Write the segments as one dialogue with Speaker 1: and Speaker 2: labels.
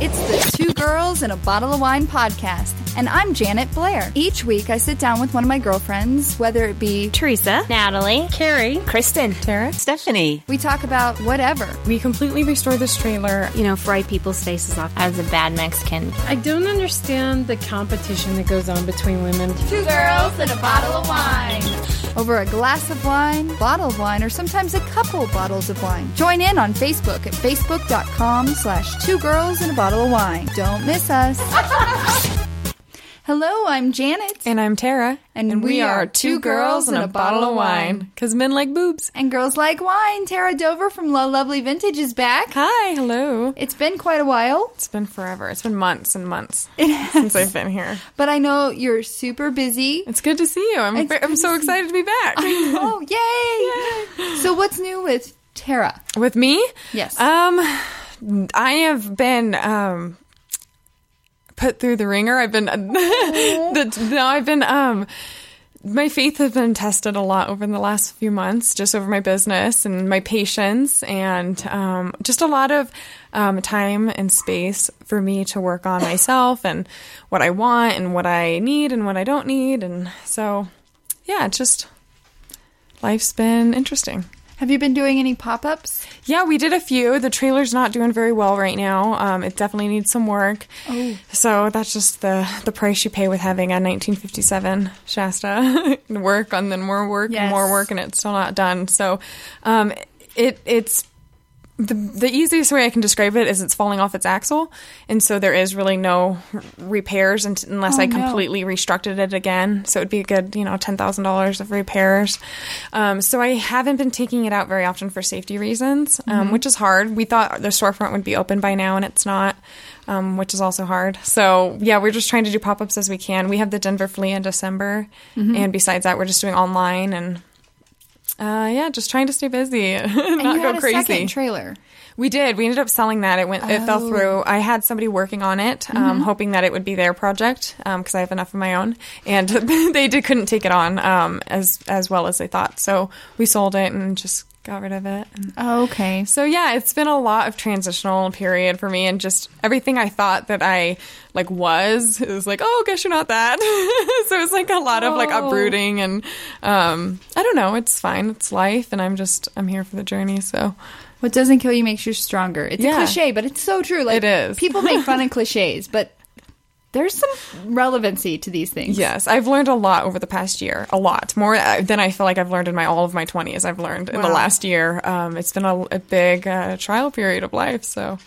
Speaker 1: It's the Two Girls and a Bottle of Wine podcast, and I'm Janet Blair. Each week, I sit down with one of my girlfriends, whether it be
Speaker 2: Teresa,
Speaker 3: Natalie,
Speaker 2: Carrie,
Speaker 3: Kristen,
Speaker 2: Tara,
Speaker 3: Stephanie.
Speaker 1: we talk about whatever.
Speaker 2: We completely restored this trailer.
Speaker 3: You know, fry people's faces off as a bad Mexican.
Speaker 2: I don't understand the competition that goes on between women.
Speaker 1: Two girls and a bottle of wine. Over a glass of wine, bottle of wine, or sometimes a couple bottles of wine. Join in on Facebook at facebook.com slash two girls and a bottle of wine. Don't miss us. Hello, I'm Janet.
Speaker 2: And I'm Tara.
Speaker 1: And we are two girls and a bottle of wine.
Speaker 2: Because men like boobs.
Speaker 1: And girls like wine, Tara Dover from Low Lovely Vintage is back.
Speaker 2: Hi, hello.
Speaker 1: It's been quite a while.
Speaker 2: It's been forever. It's been months and months since I've been here.
Speaker 1: But I know you're super busy.
Speaker 2: It's good to see you. I'm,
Speaker 1: It's
Speaker 2: ve-
Speaker 1: good
Speaker 2: I'm
Speaker 1: to
Speaker 2: so
Speaker 1: see-
Speaker 2: excited to be back.
Speaker 1: oh, yay! So what's new with Tara?
Speaker 2: With me?
Speaker 1: Yes.
Speaker 2: Um, I have been um put through the ringer. I've been the, no, I've been um my faith has been tested a lot over the last few months, just over my business and my patience, and um, just a lot of um, time and space for me to work on myself and what I want and what I need and what I don't need, and so yeah, it's just life's been interesting.
Speaker 1: Have you been doing any pop-ups?
Speaker 2: Yeah, we did a few. The trailer's not doing very well right now. Um, it definitely needs some work. Oh. So that's just the the price you pay with having a 1957 Shasta work on then more work
Speaker 1: Yes.
Speaker 2: and more work and it's still not done. So um, it it's the, the easiest way I can describe it is it's falling off its axle, and so there is really no r- repairs unt unless
Speaker 1: Oh,
Speaker 2: I
Speaker 1: no.
Speaker 2: completely restructured it again. So it'd be a good, you know, ten thousand dollars of repairs. Um, so I haven't been taking it out very often for safety reasons,
Speaker 1: Mm-hmm.
Speaker 2: um, which is hard. We thought the storefront would be open by now, and it's not. Um, which is also hard. So yeah, we're just trying to do pop ups as we can. We have the Denver Flea in December,
Speaker 1: Mm-hmm.
Speaker 2: and besides that, we're just doing online and uh, yeah, just trying to stay busy, and
Speaker 1: And
Speaker 2: not
Speaker 1: you had
Speaker 2: go
Speaker 1: a
Speaker 2: crazy.
Speaker 1: second trailer.
Speaker 2: We did. We ended up selling that. It went. It fell through. I had somebody working on it, um, hoping that it would be their project because I have enough of my own, and they did, couldn't take it on um, as as well as they thought. So we sold it and just got rid of it. And
Speaker 1: Oh, okay.
Speaker 2: so yeah, it's been a lot of transitional period for me, and just everything I thought that I like was it was like, oh, guess you're not that. so it's like a lot of like
Speaker 1: Oh.
Speaker 2: uprooting, and um, I don't know. It's fine. It's life, and I'm just I'm here for the journey. So.
Speaker 1: What doesn't kill you makes you stronger. It's
Speaker 2: Yeah.
Speaker 1: a cliche, but it's so true. Like
Speaker 2: It is.
Speaker 1: People make fun of cliches, but there's some relevancy to these things.
Speaker 2: Yes, I've learned a lot over the past year. A lot more uh, than I feel like I've learned in my all of my twenties. I've learned in the
Speaker 1: Wow.
Speaker 2: last year. Um, it's been a, a big uh, trial period of life. So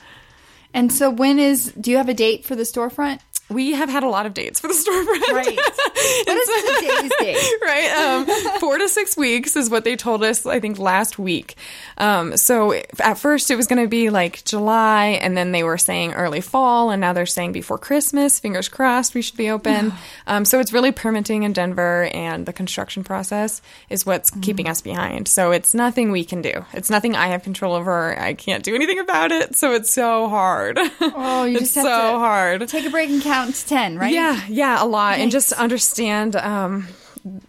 Speaker 1: And so when is do you have a date for the storefront?
Speaker 2: we have had a lot of dates for the storefront.
Speaker 1: Right. what is today's date?
Speaker 2: right? Um, four to six weeks is what they told us, I think, last week. Um, so at first it was going to be like July, and then they were saying early fall, and now they're saying before Christmas. Fingers crossed, we should be open. um, so it's really permitting in Denver, and the construction process is what's
Speaker 1: Mm-hmm.
Speaker 2: keeping us behind. So it's nothing we can do. It's nothing I have control over. I can't do anything about it. So it's so hard.
Speaker 1: Oh, you
Speaker 2: it's
Speaker 1: just have
Speaker 2: so
Speaker 1: to
Speaker 2: hard.
Speaker 1: Take a break and count to ten, right?
Speaker 2: Yeah, yeah, a lot. And just understand um,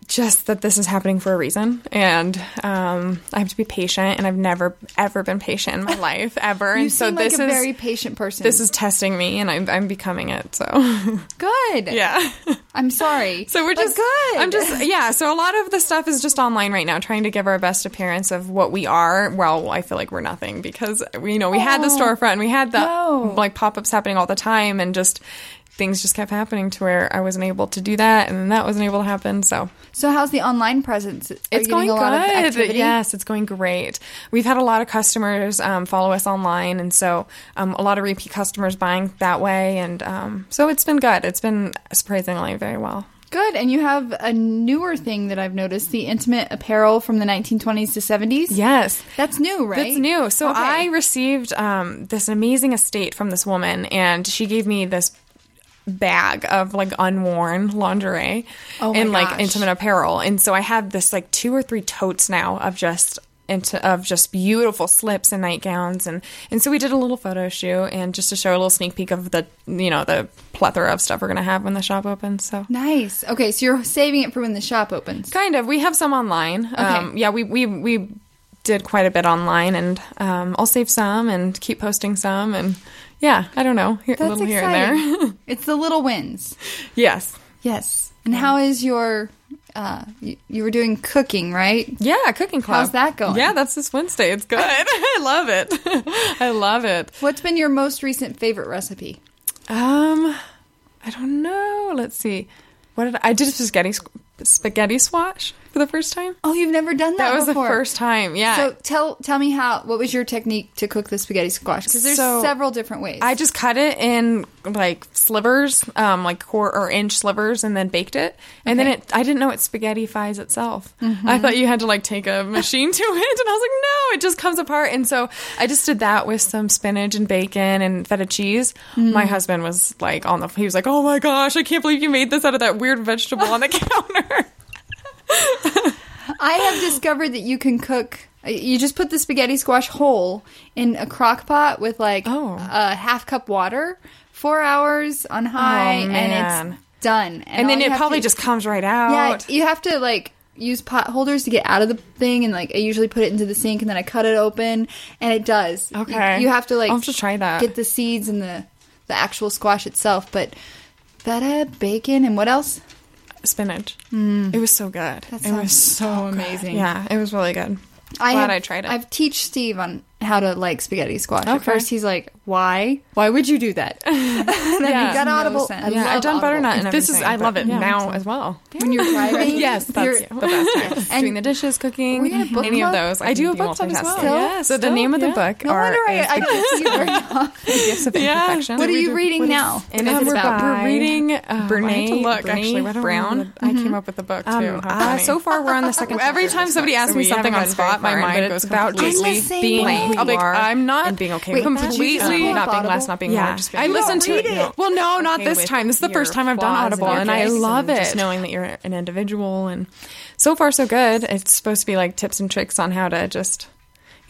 Speaker 2: just that this is happening for a reason. And um, I have to be patient. And I've never, ever been patient in my life, ever.
Speaker 1: You
Speaker 2: and so
Speaker 1: seem like
Speaker 2: this
Speaker 1: a
Speaker 2: is.
Speaker 1: very patient person.
Speaker 2: this is testing me, and I'm, I'm becoming it. So,
Speaker 1: good.
Speaker 2: yeah.
Speaker 1: I'm sorry.
Speaker 2: So we're
Speaker 1: But
Speaker 2: just
Speaker 1: good.
Speaker 2: I'm just yeah. So a lot of the stuff is just online right now, trying to give our best appearance of what we are. Well, I feel like we're nothing because you know we had the storefront, and we had the
Speaker 1: Oh. No.
Speaker 2: like pop ups happening all the time, and just things just kept happening to where I wasn't able to do that, and then that wasn't able to happen. So
Speaker 1: So how's the online presence? Are you
Speaker 2: it's
Speaker 1: getting
Speaker 2: going
Speaker 1: a lot Of
Speaker 2: good.
Speaker 1: activity?
Speaker 2: Yes, it's going great. We've had a lot of customers um, follow us online, and so um, a lot of repeat customers buying that way, and um, so it's been good. It's been surprisingly very well.
Speaker 1: Good. And you have a newer thing that I've noticed: the intimate apparel from the 1920s to 70s.
Speaker 2: Yes.
Speaker 1: That's new, right?
Speaker 2: That's new. So
Speaker 1: Okay.
Speaker 2: I received um, this amazing estate from this woman, and she gave me this bag of like unworn lingerie
Speaker 1: Oh my
Speaker 2: and like
Speaker 1: gosh.
Speaker 2: intimate apparel. And so I have this like two or three totes now of just into of just beautiful slips and nightgowns and and so we did a little photo shoot and just to show a little sneak peek of the you know the plethora of stuff we're gonna have when the shop opens. So
Speaker 1: Nice. Okay, so you're saving it for when the shop opens.
Speaker 2: Kind of. We have some online. Um, yeah, we, we we did quite a bit online, and um, I'll save some and keep posting some, and Yeah, I don't know. Here, a
Speaker 1: That's
Speaker 2: little here and
Speaker 1: exciting.
Speaker 2: there.
Speaker 1: it's the little wins.
Speaker 2: yes.
Speaker 1: Yes. And how is your? Uh, you, you were doing cooking, right?
Speaker 2: Yeah, cooking club.
Speaker 1: How's that going?
Speaker 2: Yeah, that's this Wednesday. It's good. I love it. I love it.
Speaker 1: What's been your most recent favorite recipe?
Speaker 2: Um, I don't know. Let's see. What did I, I did a spaghetti squ- spaghetti squash for the first time?
Speaker 1: Oh, you've never done that.
Speaker 2: That was
Speaker 1: before.
Speaker 2: the first time. Yeah.
Speaker 1: So tell tell me how. What was your technique to cook the spaghetti squash? Because there's
Speaker 2: So,
Speaker 1: several different ways.
Speaker 2: I just cut it in like slivers, um, like quarter or inch slivers, and then baked it. And
Speaker 1: Okay. Mm-hmm.
Speaker 2: then it, I didn't know it spaghettifies itself. I thought you had to like take a machine to it, and I was like, no, it just comes apart. And so I just did that with some spinach and bacon and feta cheese.
Speaker 1: Mm-hmm.
Speaker 2: My husband was like on the, he was like, oh my gosh, I can't believe you made this out of that weird vegetable on the counter.
Speaker 1: I have discovered that you can cook. uh, You just put the spaghetti squash whole in a crock pot with like
Speaker 2: Oh.
Speaker 1: a half cup water, four hours on high, and
Speaker 2: man.
Speaker 1: it's done.
Speaker 2: And,
Speaker 1: all
Speaker 2: then
Speaker 1: you
Speaker 2: it
Speaker 1: have
Speaker 2: probably
Speaker 1: to-
Speaker 2: just comes right out.
Speaker 1: Yeah, you have to like use pot holders to get out of the thing, and like I usually put it into the sink, and then I cut it open, and it does. You-
Speaker 2: Okay.
Speaker 1: you, have to like
Speaker 2: I'll have to try that.
Speaker 1: Get the seeds and the the actual squash itself, but feta, bacon, and what else?
Speaker 2: Spinach. It was so good. it
Speaker 1: sounds
Speaker 2: was so,
Speaker 1: so
Speaker 2: good.
Speaker 1: amazing.
Speaker 2: Yeah, it was really good. Glad
Speaker 1: have-
Speaker 2: I tried it.
Speaker 1: I've teach Steve on how to like spaghetti squash. At
Speaker 2: Okay.
Speaker 1: first, he's like, "Why? Why would you do that?" and then
Speaker 2: Yeah.
Speaker 1: you got
Speaker 2: No
Speaker 1: audible.
Speaker 4: sense.
Speaker 1: I
Speaker 2: yeah,
Speaker 1: love
Speaker 2: I've done
Speaker 1: Audible.
Speaker 2: butternut, and
Speaker 4: This is-
Speaker 2: everything,
Speaker 4: I love
Speaker 2: but
Speaker 4: it now
Speaker 2: as well.
Speaker 1: when you're driving.
Speaker 2: Yes, that's
Speaker 1: you're-
Speaker 2: the best time.
Speaker 1: And-
Speaker 2: Doing the dishes, cooking,
Speaker 1: we had a book
Speaker 2: any
Speaker 1: club?
Speaker 2: of those. I,
Speaker 4: I
Speaker 2: do
Speaker 4: do
Speaker 2: a book
Speaker 4: multitask.
Speaker 2: club as well.
Speaker 1: Still?
Speaker 2: Yeah, so the name of the yeah.
Speaker 1: No
Speaker 2: book are
Speaker 1: wonder I,
Speaker 2: is
Speaker 1: I
Speaker 2: The
Speaker 1: can't see very often.
Speaker 2: Gifts of
Speaker 4: Yeah.
Speaker 2: Imperfection.
Speaker 1: What are you reading
Speaker 2: What is-
Speaker 1: now?
Speaker 2: And
Speaker 1: What is
Speaker 2: um,
Speaker 1: it
Speaker 2: we're,
Speaker 1: about?
Speaker 2: we're reading uh,
Speaker 4: Brene-
Speaker 2: I need to look,
Speaker 4: Brene
Speaker 2: actually. I don't
Speaker 4: Brown?
Speaker 2: remember the- I came up with the book too.
Speaker 4: Um,
Speaker 2: How
Speaker 4: uh,
Speaker 2: funny.
Speaker 4: so far, we're on the second
Speaker 2: Every
Speaker 4: chapter of
Speaker 2: time
Speaker 4: this
Speaker 2: somebody
Speaker 4: book,
Speaker 2: asks
Speaker 4: so
Speaker 2: me
Speaker 4: we haven't
Speaker 2: something on
Speaker 4: gone very
Speaker 2: spot, my
Speaker 4: far in, but
Speaker 2: mind
Speaker 4: it's
Speaker 2: goes
Speaker 4: about
Speaker 1: I'm the
Speaker 2: completely
Speaker 1: same
Speaker 4: being
Speaker 1: way.
Speaker 4: blank.
Speaker 2: I'll be like, I'm not
Speaker 4: and being okay
Speaker 1: Wait,
Speaker 4: with
Speaker 1: did you just
Speaker 4: completely
Speaker 1: pull up
Speaker 4: not being less,
Speaker 1: Audible?
Speaker 4: not being more. Just being
Speaker 2: I listened to
Speaker 1: read
Speaker 2: it.
Speaker 1: it.
Speaker 2: Well, no, not
Speaker 4: okay
Speaker 2: this
Speaker 4: with
Speaker 2: time. This is the
Speaker 4: your
Speaker 2: first time I've done
Speaker 4: flaws and
Speaker 2: Audible,
Speaker 4: your
Speaker 2: and I
Speaker 4: quirks
Speaker 2: love
Speaker 4: and
Speaker 2: it.
Speaker 4: Just knowing that you're an individual and
Speaker 2: so far, so good. It's supposed to be like tips and tricks on how to just,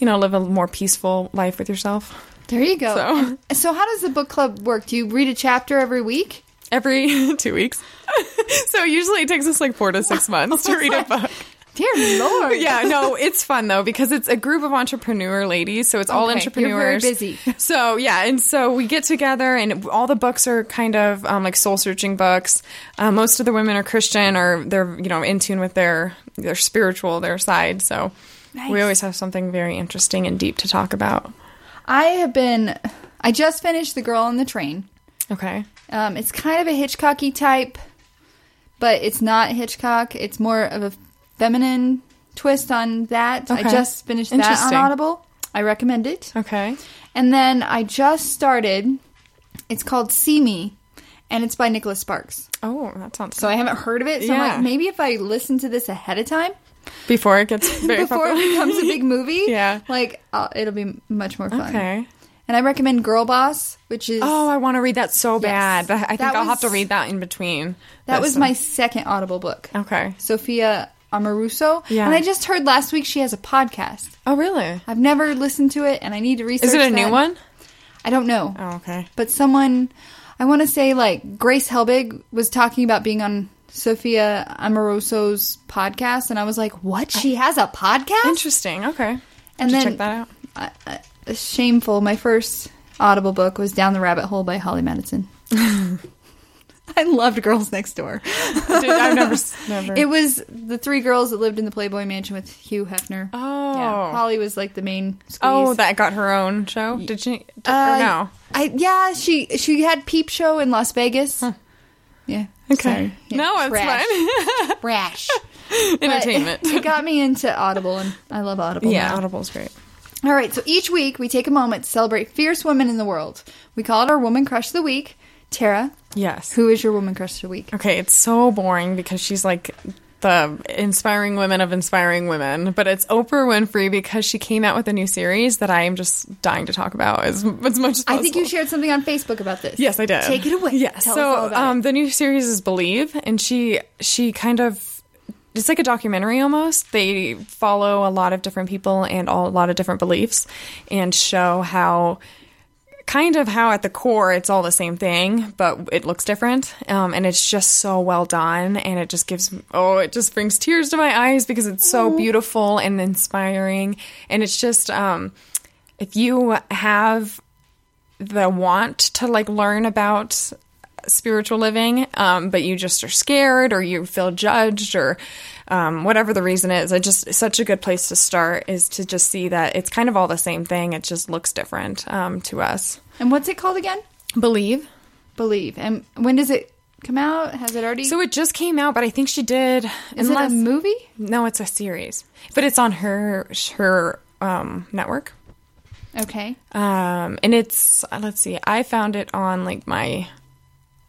Speaker 2: you know, live a more peaceful life with yourself.
Speaker 1: There you go.
Speaker 2: So-
Speaker 1: And- so, how does the book club work? Do you read a chapter every week?
Speaker 2: Every two weeks. so usually it takes us like four to six months to read a book.
Speaker 1: Dear Lord.
Speaker 2: yeah, no, it's fun though because it's a group of entrepreneur ladies, so it's all
Speaker 1: Okay,
Speaker 2: entrepreneurs.
Speaker 1: you're very busy.
Speaker 2: So yeah, and so we get together, and all the books are kind of um, like soul searching books. Uh, most of the women are Christian, or they're you know in tune with their their spiritual their side. So
Speaker 1: Nice.
Speaker 2: we always have something very interesting and deep to talk about.
Speaker 1: I have been. I just finished The Girl on the Train.
Speaker 2: Okay,
Speaker 1: Um, it's kind of a Hitchcocky type, but it's not Hitchcock. It's more of a feminine twist on that. I
Speaker 2: Okay.
Speaker 1: just finished that on
Speaker 2: Interesting.
Speaker 1: Audible. I recommend it.
Speaker 2: okay,
Speaker 1: And then I just started. It's called See Me, and it's by Nicholas Sparks.
Speaker 2: oh that sounds
Speaker 1: So I haven't heard of it. So I'm
Speaker 2: Yeah.
Speaker 1: like, maybe if I listen to this ahead of time
Speaker 2: before it gets very
Speaker 1: before it
Speaker 2: popular.
Speaker 1: becomes a big movie,
Speaker 2: Yeah.
Speaker 1: like uh, it'll be much more fun.
Speaker 2: Okay.
Speaker 1: And I recommend Girl Boss, which is
Speaker 2: Oh, I want to read that so
Speaker 1: Yes.
Speaker 2: bad. I think
Speaker 1: That
Speaker 2: I'll have to
Speaker 1: was-
Speaker 2: read that in between.
Speaker 1: that
Speaker 2: That's
Speaker 1: was
Speaker 2: some-
Speaker 1: my second Audible book.
Speaker 2: Okay.
Speaker 1: Sophia Amoruso.
Speaker 2: Yeah.
Speaker 1: And I just heard last week she has a podcast.
Speaker 2: Oh, really?
Speaker 1: I've never listened to it, and I need to research.
Speaker 2: Is it a new
Speaker 1: that.
Speaker 2: one?
Speaker 1: I don't know,
Speaker 2: Oh, okay.
Speaker 1: but someone, I want to say like Grace Helbig was talking about being on Sophia Amoroso's podcast, and I was like, "What? She has a podcast?"
Speaker 2: Interesting. Okay.
Speaker 1: And then-
Speaker 2: Should check that
Speaker 1: I,
Speaker 2: out.
Speaker 1: I, shameful. My first Audible book was Down the Rabbit Hole by Holly Madison. I loved Girls Next Door.
Speaker 2: Dude, I've never, s- never.
Speaker 1: It was the three girls that lived in the Playboy Mansion with Hugh Hefner.
Speaker 2: Oh.
Speaker 1: yeah. Holly was like the main. Squeeze.
Speaker 2: oh, that got her own show. Did she?
Speaker 1: Uh,
Speaker 2: or no.
Speaker 1: I yeah, she she had peep show in Las Vegas. Yeah.
Speaker 2: Okay.
Speaker 1: sorry. Yeah,
Speaker 2: No, it's
Speaker 1: trash.
Speaker 2: fine.
Speaker 1: Brash.
Speaker 2: Entertainment.
Speaker 1: But Oh, it got me into Audible, and I love Audible.
Speaker 2: yeah,
Speaker 1: now.
Speaker 2: Audible's great.
Speaker 1: All right, so each week we take a moment to celebrate fierce women in the world. We call it our Woman Crush of the Week. Tara,
Speaker 2: Yes.
Speaker 1: who is your Woman Crush of the Week?
Speaker 2: Okay, it's so boring because she's like the inspiring women of inspiring women, but it's Oprah Winfrey because she came out with a new series that I am just dying to talk about as, as much as possible.
Speaker 1: I think you shared something on Facebook about this.
Speaker 2: Yes, I did.
Speaker 1: Take it away.
Speaker 2: Yes.
Speaker 1: Tell us
Speaker 2: so
Speaker 1: all about
Speaker 2: um,
Speaker 1: it.
Speaker 2: the new series is Believe, and she she kind of it's like a documentary almost. They follow a lot of different people and all a lot of different beliefs, and show how kind of how at the core it's all the same thing but it looks different um, and it's just so well done and it just gives oh it just brings tears to my eyes because it's so beautiful and inspiring and it's just um, if you have the want to like learn about spiritual living, um, but you just are scared or you feel judged or um, whatever the reason is. It just such a good place to start is to just see that it's kind of all the same thing. It just looks different um, to us.
Speaker 1: And what's it called again?
Speaker 2: Believe.
Speaker 1: Believe. And when does it come out? Has it already?
Speaker 2: So it just came out, but I think she did.
Speaker 1: is it a movie?
Speaker 2: No, it's a series, but it's on her her um, network.
Speaker 1: Okay.
Speaker 2: Um, and it's uh, let's see, I found it on like my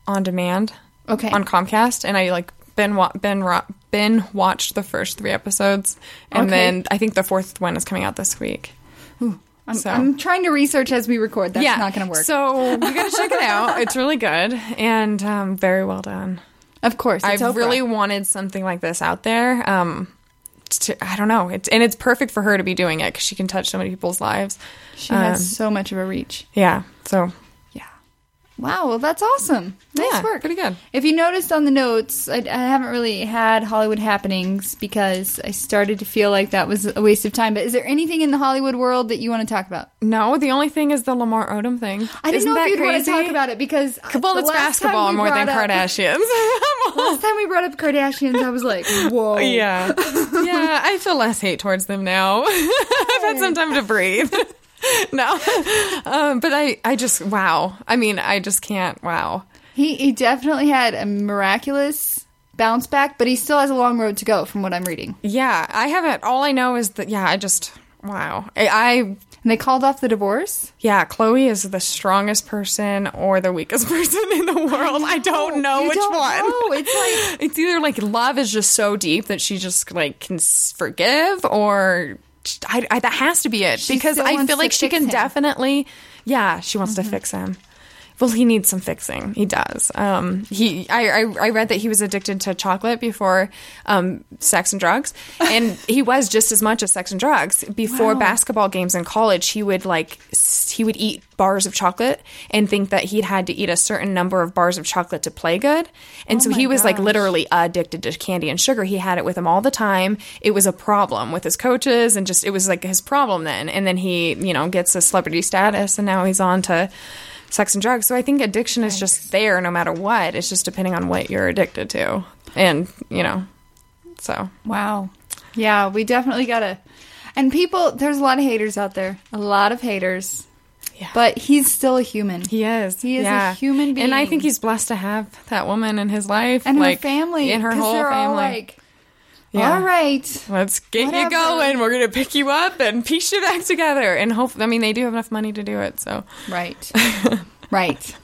Speaker 2: on demand,
Speaker 1: Okay.
Speaker 2: on Comcast, and I like been wa- been ro- been watched the first three episodes, and
Speaker 1: Okay.
Speaker 2: then I think the fourth one is coming out this week.
Speaker 1: I'm,
Speaker 2: so-
Speaker 1: I'm trying to research as we record. That's not going to work.
Speaker 2: So you gotta check it out. It's really good and um, very well done.
Speaker 1: of course, it's
Speaker 2: I've
Speaker 1: Oprah.
Speaker 2: really wanted something like this out there. Um, to, I don't know. It's, and it's perfect for her to be doing it because she can touch so many people's lives. Um,
Speaker 1: She has so much of a reach.
Speaker 2: Yeah. So, yeah.
Speaker 1: Wow, well, that's awesome. Nice
Speaker 2: Yeah,
Speaker 1: work.
Speaker 2: pretty good.
Speaker 1: If you noticed on the notes, I, I haven't really had Hollywood happenings because I started to feel like that was a waste of time. But is there anything in the Hollywood world that you want to talk about?
Speaker 2: No, the only thing is the Lamar Odom thing.
Speaker 1: I didn't
Speaker 2: Isn't
Speaker 1: know
Speaker 2: that
Speaker 1: if you'd want
Speaker 2: crazy?
Speaker 1: to talk about it because
Speaker 2: Well,
Speaker 1: the
Speaker 2: it's
Speaker 1: last time
Speaker 2: basketball
Speaker 1: we
Speaker 2: more than
Speaker 1: brought up-
Speaker 2: Kardashians.
Speaker 1: Last time we brought up Kardashians, I was like, whoa.
Speaker 2: yeah. Yeah. I feel less hate towards them now. I've had some time to breathe. no. Um, but I, I just, wow. I mean, I just can't, wow.
Speaker 1: He, he definitely had a miraculous bounce back, but he still has a long road to go from what I'm reading.
Speaker 2: Yeah. I haven't, all I know is that, yeah, I just, wow. I, I
Speaker 1: And they called off the divorce?
Speaker 2: Yeah, Chloe is the strongest person or the weakest person in the world. I, don't know
Speaker 1: You
Speaker 2: which
Speaker 1: don't
Speaker 2: one.
Speaker 1: know. It's
Speaker 2: it's either like love is just so deep that she just like can s- forgive, or I, I, that has to be it
Speaker 1: She
Speaker 2: because
Speaker 1: still
Speaker 2: I
Speaker 1: wants
Speaker 2: feel
Speaker 1: to
Speaker 2: like she
Speaker 1: fix
Speaker 2: can
Speaker 1: him.
Speaker 2: definitely. Yeah, she wants to fix him. Well, he needs some fixing. He does. Um, he, I, I, I read that he was addicted to chocolate before um, sex and drugs, and he was just as much as sex and drugs before basketball games in college. He would like s- he would eat bars of chocolate and think that he'd had to eat a certain number of bars of chocolate to play good,
Speaker 1: Oh
Speaker 2: and so he was like literally addicted to candy and sugar. He had it with him all the time. It was a problem with his coaches, and just it was like his problem then. And then he, you know, gets a celebrity status, and now he's on to sex and drugs. So I think addiction is just there no matter what. It's just depending on what you're addicted to. And, you know, so
Speaker 1: Wow. Yeah, we definitely gotta. And people, there's a lot of haters out there. A lot of haters.
Speaker 2: Yeah.
Speaker 1: But he's still a human.
Speaker 2: he is.
Speaker 1: He is a human
Speaker 2: And I
Speaker 1: being.
Speaker 2: think he's blessed to have that woman in his life.
Speaker 1: and
Speaker 2: like,
Speaker 1: her family.
Speaker 2: And her
Speaker 1: 'cause
Speaker 2: whole
Speaker 1: they're
Speaker 2: family.
Speaker 1: All like,
Speaker 2: Yeah.
Speaker 1: all right.
Speaker 2: Let's get
Speaker 1: Whatever.
Speaker 2: you going. We're gonna pick you up and piece you back together. And hope I mean they do have enough money to do it, so
Speaker 1: Right. right.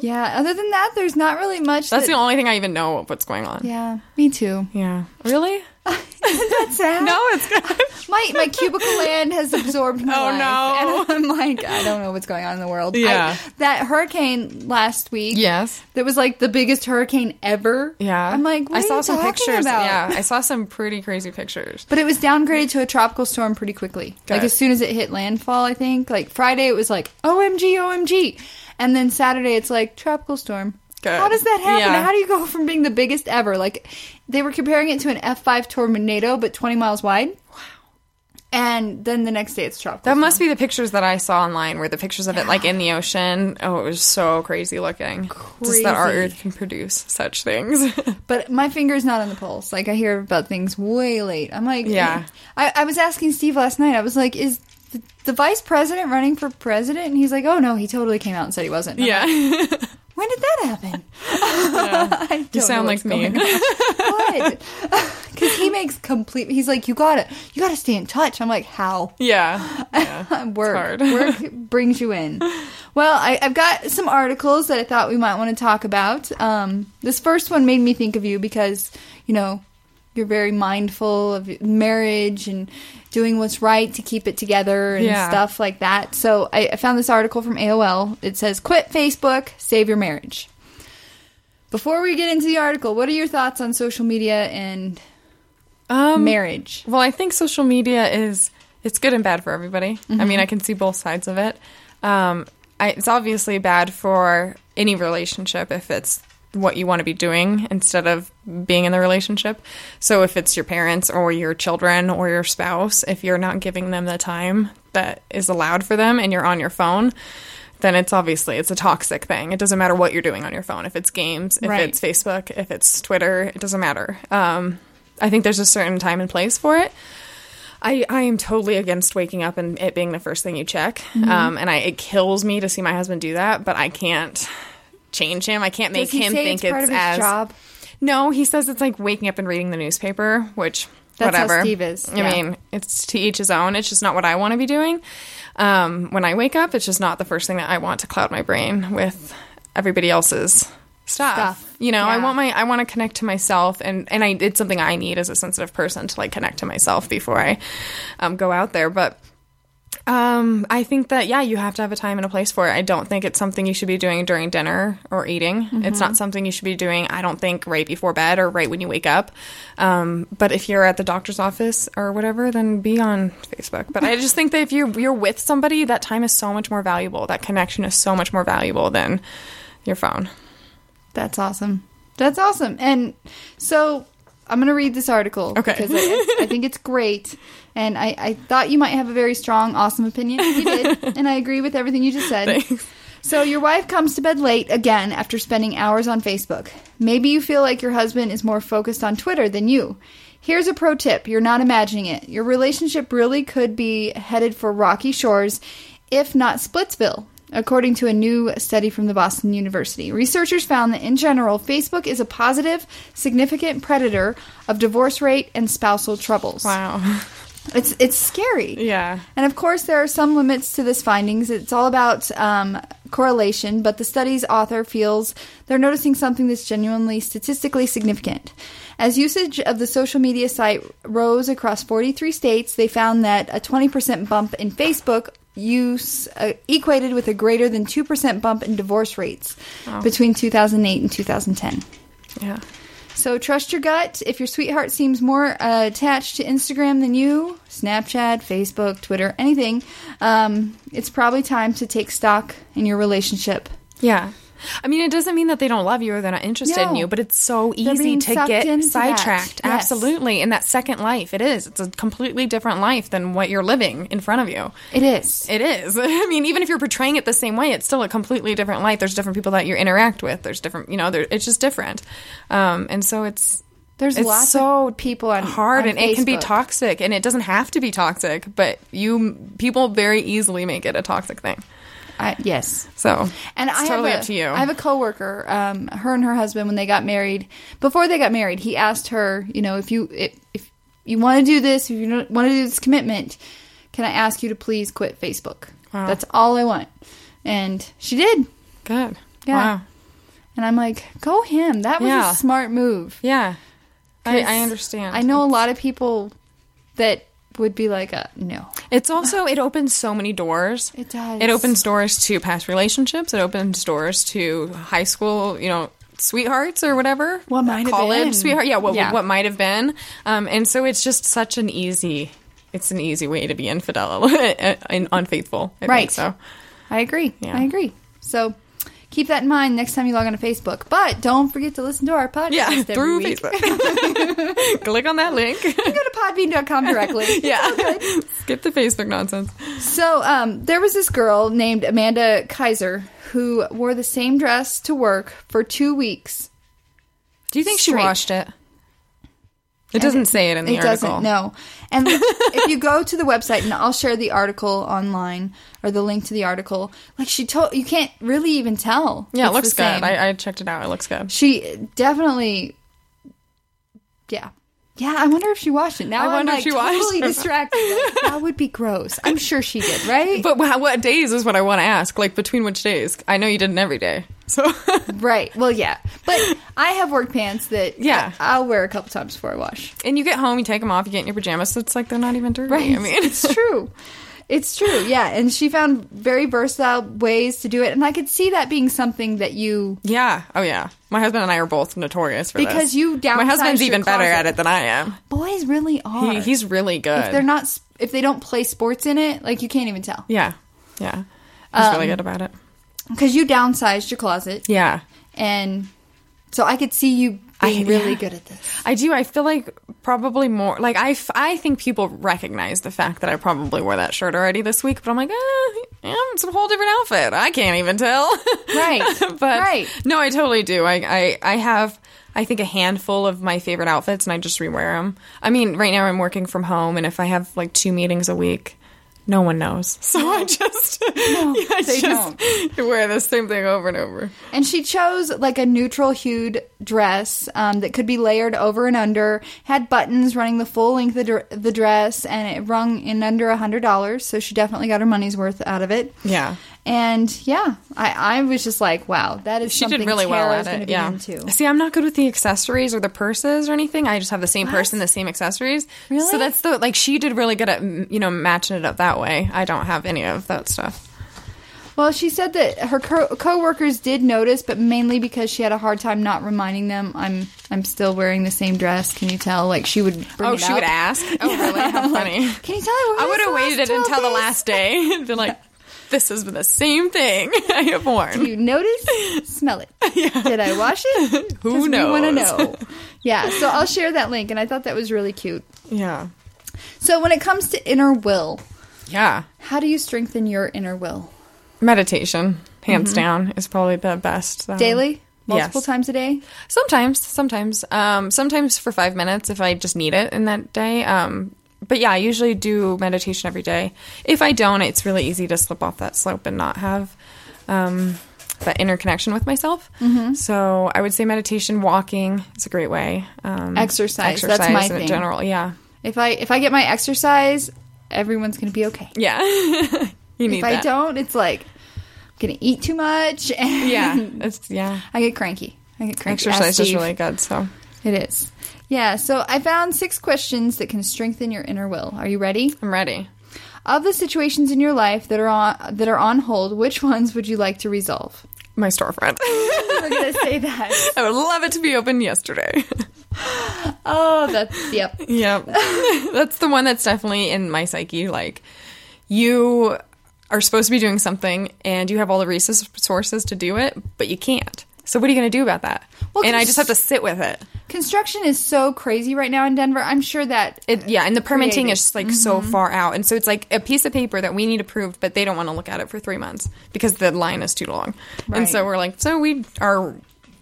Speaker 1: Yeah. Other than that, there's not really much. that,
Speaker 2: that's the only thing I even know of what's going on.
Speaker 1: Yeah. Me too.
Speaker 2: Yeah. Really?
Speaker 1: That's sad.
Speaker 2: No, it's good.
Speaker 1: My my cubicle land has absorbed my
Speaker 2: Oh,
Speaker 1: life, and I'm like, I don't know what's going on in the world. I-
Speaker 2: Yeah.
Speaker 1: that hurricane last week.
Speaker 2: Yes.
Speaker 1: That was like the biggest hurricane ever.
Speaker 2: Yeah.
Speaker 1: I'm like, what
Speaker 2: I
Speaker 1: are
Speaker 2: saw
Speaker 1: you
Speaker 2: some
Speaker 1: talking
Speaker 2: pictures.
Speaker 1: about?
Speaker 2: Yeah. I saw some pretty crazy pictures.
Speaker 1: But it was downgraded to a tropical storm pretty quickly. Like
Speaker 2: Good.
Speaker 1: as soon as it hit landfall, I think. Like Friday, it was like OMG, OMG, and then Saturday, it's like tropical storm.
Speaker 2: Good.
Speaker 1: How does that happen?
Speaker 2: Yeah.
Speaker 1: How do you go from being the biggest ever? Like they were comparing it to an F five tornado, but twenty miles wide. Wow. And then the next day, it's tropical.
Speaker 2: That
Speaker 1: storm.
Speaker 2: must be the pictures that I saw online were the pictures of it like in the ocean. Oh, it was so crazy looking. Just that our
Speaker 1: Crazy.
Speaker 2: earth can produce such things.
Speaker 1: But my finger's not on the pulse. Like I hear about things way late. I'm like,
Speaker 2: Yeah.
Speaker 1: I, I was asking Steve last night. I was like, is the, the vice president running for president? And he's like, oh no, he totally came out and said he wasn't. And I'm like,
Speaker 2: yeah.
Speaker 1: when did that happen? I don't know
Speaker 2: you sound
Speaker 1: what's
Speaker 2: like me.
Speaker 1: going on. What? Because he makes complete. He's like, you gotta, you gotta stay in touch. I'm like, how?
Speaker 2: Yeah.
Speaker 1: work
Speaker 2: hard.
Speaker 1: work brings you in well I, i've got some articles that i thought we might want to talk about um, this first one made me think of you because you know you're very mindful of marriage and doing what's right to keep it together and
Speaker 2: Yeah.
Speaker 1: stuff like that so I, I found this article from aol it says quit facebook save your marriage before we get into the article what are your thoughts on social media and
Speaker 2: Um
Speaker 1: marriage
Speaker 2: Well, I think social media is it's good and bad for everybody. I mean, I can see both sides of it. Um, I, it's obviously bad for any relationship if it's what you want to be doing instead of being in the relationship. So if it's your parents or your children or your spouse, if you're not giving them the time that is allowed for them and you're on your phone, then it's obviously it's a toxic thing. It doesn't matter what you're doing on your phone. If it's games, if
Speaker 4: Right.
Speaker 2: it's Facebook, if it's Twitter, it doesn't matter. Um, I think there's a certain time and place for it. I, I am totally against waking up and it being the first thing you check.
Speaker 1: Mm-hmm.
Speaker 2: Um, and I, it kills me to see my husband do that, but I can't change him. I can't make
Speaker 1: Does he
Speaker 2: him
Speaker 1: say
Speaker 2: think
Speaker 1: it's part of his
Speaker 2: as
Speaker 1: job?
Speaker 2: no, he says it's like waking up and reading the newspaper, which
Speaker 1: That's how
Speaker 2: whatever.
Speaker 1: Steve is,
Speaker 2: I
Speaker 1: yeah.
Speaker 2: mean, it's to each his own. It's just not what I want to be doing. Um, when I wake up, it's just not the first thing that I want to cloud my brain with everybody else's stuff.
Speaker 1: Stuff.
Speaker 2: You know, I
Speaker 1: Yeah.
Speaker 2: want my I want to connect to myself, and and I it's something I need as a sensitive person to like connect to myself before I um, go out there, but. Um, I think that yeah, you have to have a time and a place for it. I don't think it's something you should be doing during dinner or eating. It's not something you should be doing. I don't think right before bed or right when you wake up. Um, but if you're at the doctor's office or whatever, then be on Facebook. But I just think that if you're you're with somebody, that time is so much more valuable. That connection is so much more valuable than your phone.
Speaker 1: That's awesome. That's awesome. And so I'm going to read this article
Speaker 2: Okay.
Speaker 1: because I, I think it's great. And I, I thought you might have a very strong, awesome opinion. You did. and I agree with everything you just said. So your wife comes to bed late again after spending hours on Facebook. Maybe you feel like your husband is more focused on Twitter than you. Here's a pro tip. You're not imagining it. Your relationship really could be headed for rocky shores, if not Splitsville according to a new study from the Boston University. Researchers found that in general, Facebook is a positive, significant predator of divorce rate and spousal troubles.
Speaker 2: Wow.
Speaker 1: It's it's scary.
Speaker 2: Yeah.
Speaker 1: And of course, there are some limits to this findings. It's all about um, correlation, but the study's author feels they're noticing something that's genuinely statistically significant. As usage of the social media site rose across 43 states, they found that a 20% bump in Facebook use uh, equated with a greater than 2% bump in divorce rates between 2008 and 2010.
Speaker 2: Yeah.
Speaker 1: So trust your gut. If your sweetheart seems more uh, attached to Instagram than you, Snapchat, Facebook, Twitter, anything, um, it's probably time to take stock in your relationship.
Speaker 2: Yeah. I mean, it doesn't mean that they don't love you or they're not interested in
Speaker 1: No.
Speaker 2: you, but it's so
Speaker 1: They're
Speaker 2: easy
Speaker 1: being
Speaker 2: to
Speaker 1: sucked
Speaker 2: get
Speaker 1: into that.
Speaker 2: sidetracked.
Speaker 1: Yes.
Speaker 2: Absolutely. In that second life, it is. It's a completely different life than what you're living in front of you.
Speaker 1: It is.
Speaker 2: It is. I mean, even if you're portraying it the same way, it's still a completely different life. There's different people that you interact with. There's different, you know, there, it's just different. Um, and so it's.
Speaker 1: There's
Speaker 2: it's
Speaker 1: lots
Speaker 2: so
Speaker 1: of people on
Speaker 2: hard
Speaker 1: on
Speaker 2: and it can be
Speaker 1: Facebook.
Speaker 2: toxic and it doesn't have to be toxic but you people very easily make it a toxic thing
Speaker 1: I, yes.
Speaker 2: so
Speaker 1: And
Speaker 2: it's
Speaker 1: I
Speaker 2: totally
Speaker 1: have a,
Speaker 2: up to you
Speaker 1: I have a coworker. Um, her and her husband, when they got married, before they got married, he asked her, you know, if you if, if you want to do this, if you don't want to do this commitment, can I ask you to please quit Facebook?
Speaker 2: Wow.
Speaker 1: That's all I want. And she did.
Speaker 2: good
Speaker 1: Yeah.
Speaker 2: wow
Speaker 1: And I'm like, go him. That was
Speaker 2: Yeah.
Speaker 1: a smart move.
Speaker 2: Yeah. I,
Speaker 1: 'Cause
Speaker 2: I understand.
Speaker 1: I know a lot of people that would be like, uh, no.
Speaker 2: It's also, it opens so many doors.
Speaker 1: It does.
Speaker 2: It opens doors to past relationships. It opens doors to high school, you know, sweethearts or whatever.
Speaker 1: What might have
Speaker 2: College
Speaker 1: been.
Speaker 2: sweetheart. Yeah, what,
Speaker 1: Yeah.
Speaker 2: what might have been. Um, and so it's just such an easy, it's an easy way to be infidel and unfaithful. I
Speaker 1: Right.
Speaker 2: Think so.
Speaker 1: I agree.
Speaker 2: Yeah.
Speaker 1: I agree. So keep that in mind next time you log on to Facebook. But don't forget to listen to our podcast
Speaker 2: Yeah.
Speaker 1: every
Speaker 2: Through
Speaker 1: week.
Speaker 2: Facebook. Click on that link.
Speaker 1: You can go to podbean.com directly.
Speaker 2: Yeah. Skip the Facebook nonsense.
Speaker 1: So um, there was this girl named Amanda Kaiser who wore the same dress to work for two weeks.
Speaker 2: Do you think
Speaker 1: Straight.
Speaker 2: she washed it? It doesn't say it in the
Speaker 1: it
Speaker 2: article.
Speaker 1: doesn't no and if you go to the website and i'll share the article online or the link to the article like she told you can't really even tell
Speaker 2: Yeah,
Speaker 1: it's
Speaker 2: it looks
Speaker 1: the same.
Speaker 2: good. I, I checked it out. It looks good.
Speaker 1: she definitely yeah yeah i wonder if she watched it now
Speaker 2: I
Speaker 1: i'm
Speaker 2: wonder if
Speaker 1: like
Speaker 2: she watched
Speaker 1: totally
Speaker 2: it.
Speaker 1: distracted Like, that would be gross i'm sure she did right
Speaker 2: But wha- what days is what I want to ask? Like between which days? I know you didn't every day. So
Speaker 1: right well yeah but i have work pants that
Speaker 2: Yeah.
Speaker 1: I, i'll wear a couple times before i wash
Speaker 2: and you get home, you take them off, you get in your pajamas. So it's like they're not even dirty. I mean,
Speaker 1: it's true. It's true. Yeah, and she found very versatile ways to do it, and I could see that being something that you
Speaker 2: yeah. Oh yeah. My husband and I are both notorious for this.
Speaker 1: Because you
Speaker 2: My husband's
Speaker 1: downsized your
Speaker 2: even better
Speaker 1: closet.
Speaker 2: at it than I am.
Speaker 1: boys really are.
Speaker 2: He, he's really good.
Speaker 1: if they're not s- if they don't play sports in it, like you can't even tell
Speaker 2: yeah. Yeah. He's really
Speaker 1: Um,
Speaker 2: good about it.
Speaker 1: because you downsized your closet,
Speaker 2: Yeah.
Speaker 1: and so I could see you being
Speaker 2: I-
Speaker 1: really
Speaker 2: yeah.
Speaker 1: good at this.
Speaker 2: I do. I feel like probably more like I, f- I think people recognize the fact that I probably wore that shirt already this week, but I'm like, eh, yeah, it's a whole different outfit. I can't even tell.
Speaker 1: Right.
Speaker 2: but
Speaker 1: Right.
Speaker 2: no, I totally do. I, I, I have, I think, a handful of my favorite outfits and I just rewear them. I mean, right now I'm working from home, and if I have like two meetings a week, no one knows. So I just, I
Speaker 1: they
Speaker 2: just wear the same thing over and over.
Speaker 1: And she chose like a neutral hued dress um, that could be layered over and under, had buttons running the full length of dr- the dress, and it rung in under a $100. So she definitely got her money's worth out of it.
Speaker 2: Yeah.
Speaker 1: And yeah, I, I was just like, wow, that is
Speaker 2: She
Speaker 1: something
Speaker 2: did really well
Speaker 1: Tara's
Speaker 2: at
Speaker 1: gonna
Speaker 2: it.
Speaker 1: be
Speaker 2: Yeah.
Speaker 1: into.
Speaker 2: See, I'm not good with the accessories or the purses or anything. I just have the same purse and the same accessories. Really? So that's the like she did really good at m- you know matching it up that way. I don't have any of that stuff.
Speaker 1: Well, she said that her co- coworkers did notice, but mainly because she had a hard time not reminding them. I'm I'm still wearing the same dress. Can you tell? Like she would. Bring
Speaker 2: oh,
Speaker 1: it
Speaker 2: she
Speaker 1: up.
Speaker 2: would ask. Oh, really? How funny.
Speaker 1: Can you tell? I, wore
Speaker 2: I
Speaker 1: this
Speaker 2: would have
Speaker 1: the last
Speaker 2: waited
Speaker 1: 12
Speaker 2: until the
Speaker 1: days?"
Speaker 2: last day and been like, "This has been the same thing I have worn."
Speaker 1: You notice? Smell it. Did I wash it?
Speaker 2: Who
Speaker 1: 'Cause We want to
Speaker 2: knows?
Speaker 1: know. Yeah. So I'll share that link, and I thought that was really cute.
Speaker 2: Yeah,
Speaker 1: So when it comes to inner will,
Speaker 2: yeah.
Speaker 1: how do you strengthen your inner will?
Speaker 2: Meditation, hands down, is probably the best um,
Speaker 1: Mm-hmm. Daily, multiple
Speaker 2: yes.
Speaker 1: times a day.
Speaker 2: Sometimes, sometimes, um, sometimes for five minutes if I just need it in that day. Um, but yeah, I usually do meditation every day. If I don't, it's really easy to slip off that slope and not have um, that inner connection with myself.
Speaker 1: Mm-hmm.
Speaker 2: So I would say meditation, walking is a great way. Um,
Speaker 1: Exercise, that's my
Speaker 2: in
Speaker 1: thing.
Speaker 2: general. Yeah,
Speaker 1: If I if I get my exercise, everyone's gonna be okay.
Speaker 2: yeah. you need
Speaker 1: if I
Speaker 2: that.
Speaker 1: don't, it's like I'm gonna eat too much and
Speaker 2: yeah, it's yeah.
Speaker 1: I get cranky. I get cranky. Ask
Speaker 2: Exercise is
Speaker 1: Steve.
Speaker 2: really good. So
Speaker 1: It is. Yeah, so I found six questions that can strengthen your inner will. Are you ready?
Speaker 2: I'm ready.
Speaker 1: Of the situations in your life that are on that are on hold, which ones would you like to resolve?
Speaker 2: My storefront.
Speaker 1: We're gonna say that.
Speaker 2: I would love it to be open yesterday.
Speaker 1: Oh, that's yep.
Speaker 2: Yep. That's the one that's definitely in my psyche. Like, you are supposed to be doing something and you have all the resources to do it, but you can't. So, what are you going to do about that?
Speaker 1: Well,
Speaker 2: and I
Speaker 1: 'cause-
Speaker 2: just have to sit with it.
Speaker 1: Construction is so crazy right now in Denver. I'm sure that
Speaker 2: it yeah, and the permitting
Speaker 1: Creative.
Speaker 2: is just like so
Speaker 1: Mm-hmm.
Speaker 2: far out. And so, it's like a piece of paper that we need approved, but they don't want to look at it for three months because the line is too long. And so,
Speaker 1: Right.
Speaker 2: we're like, so we are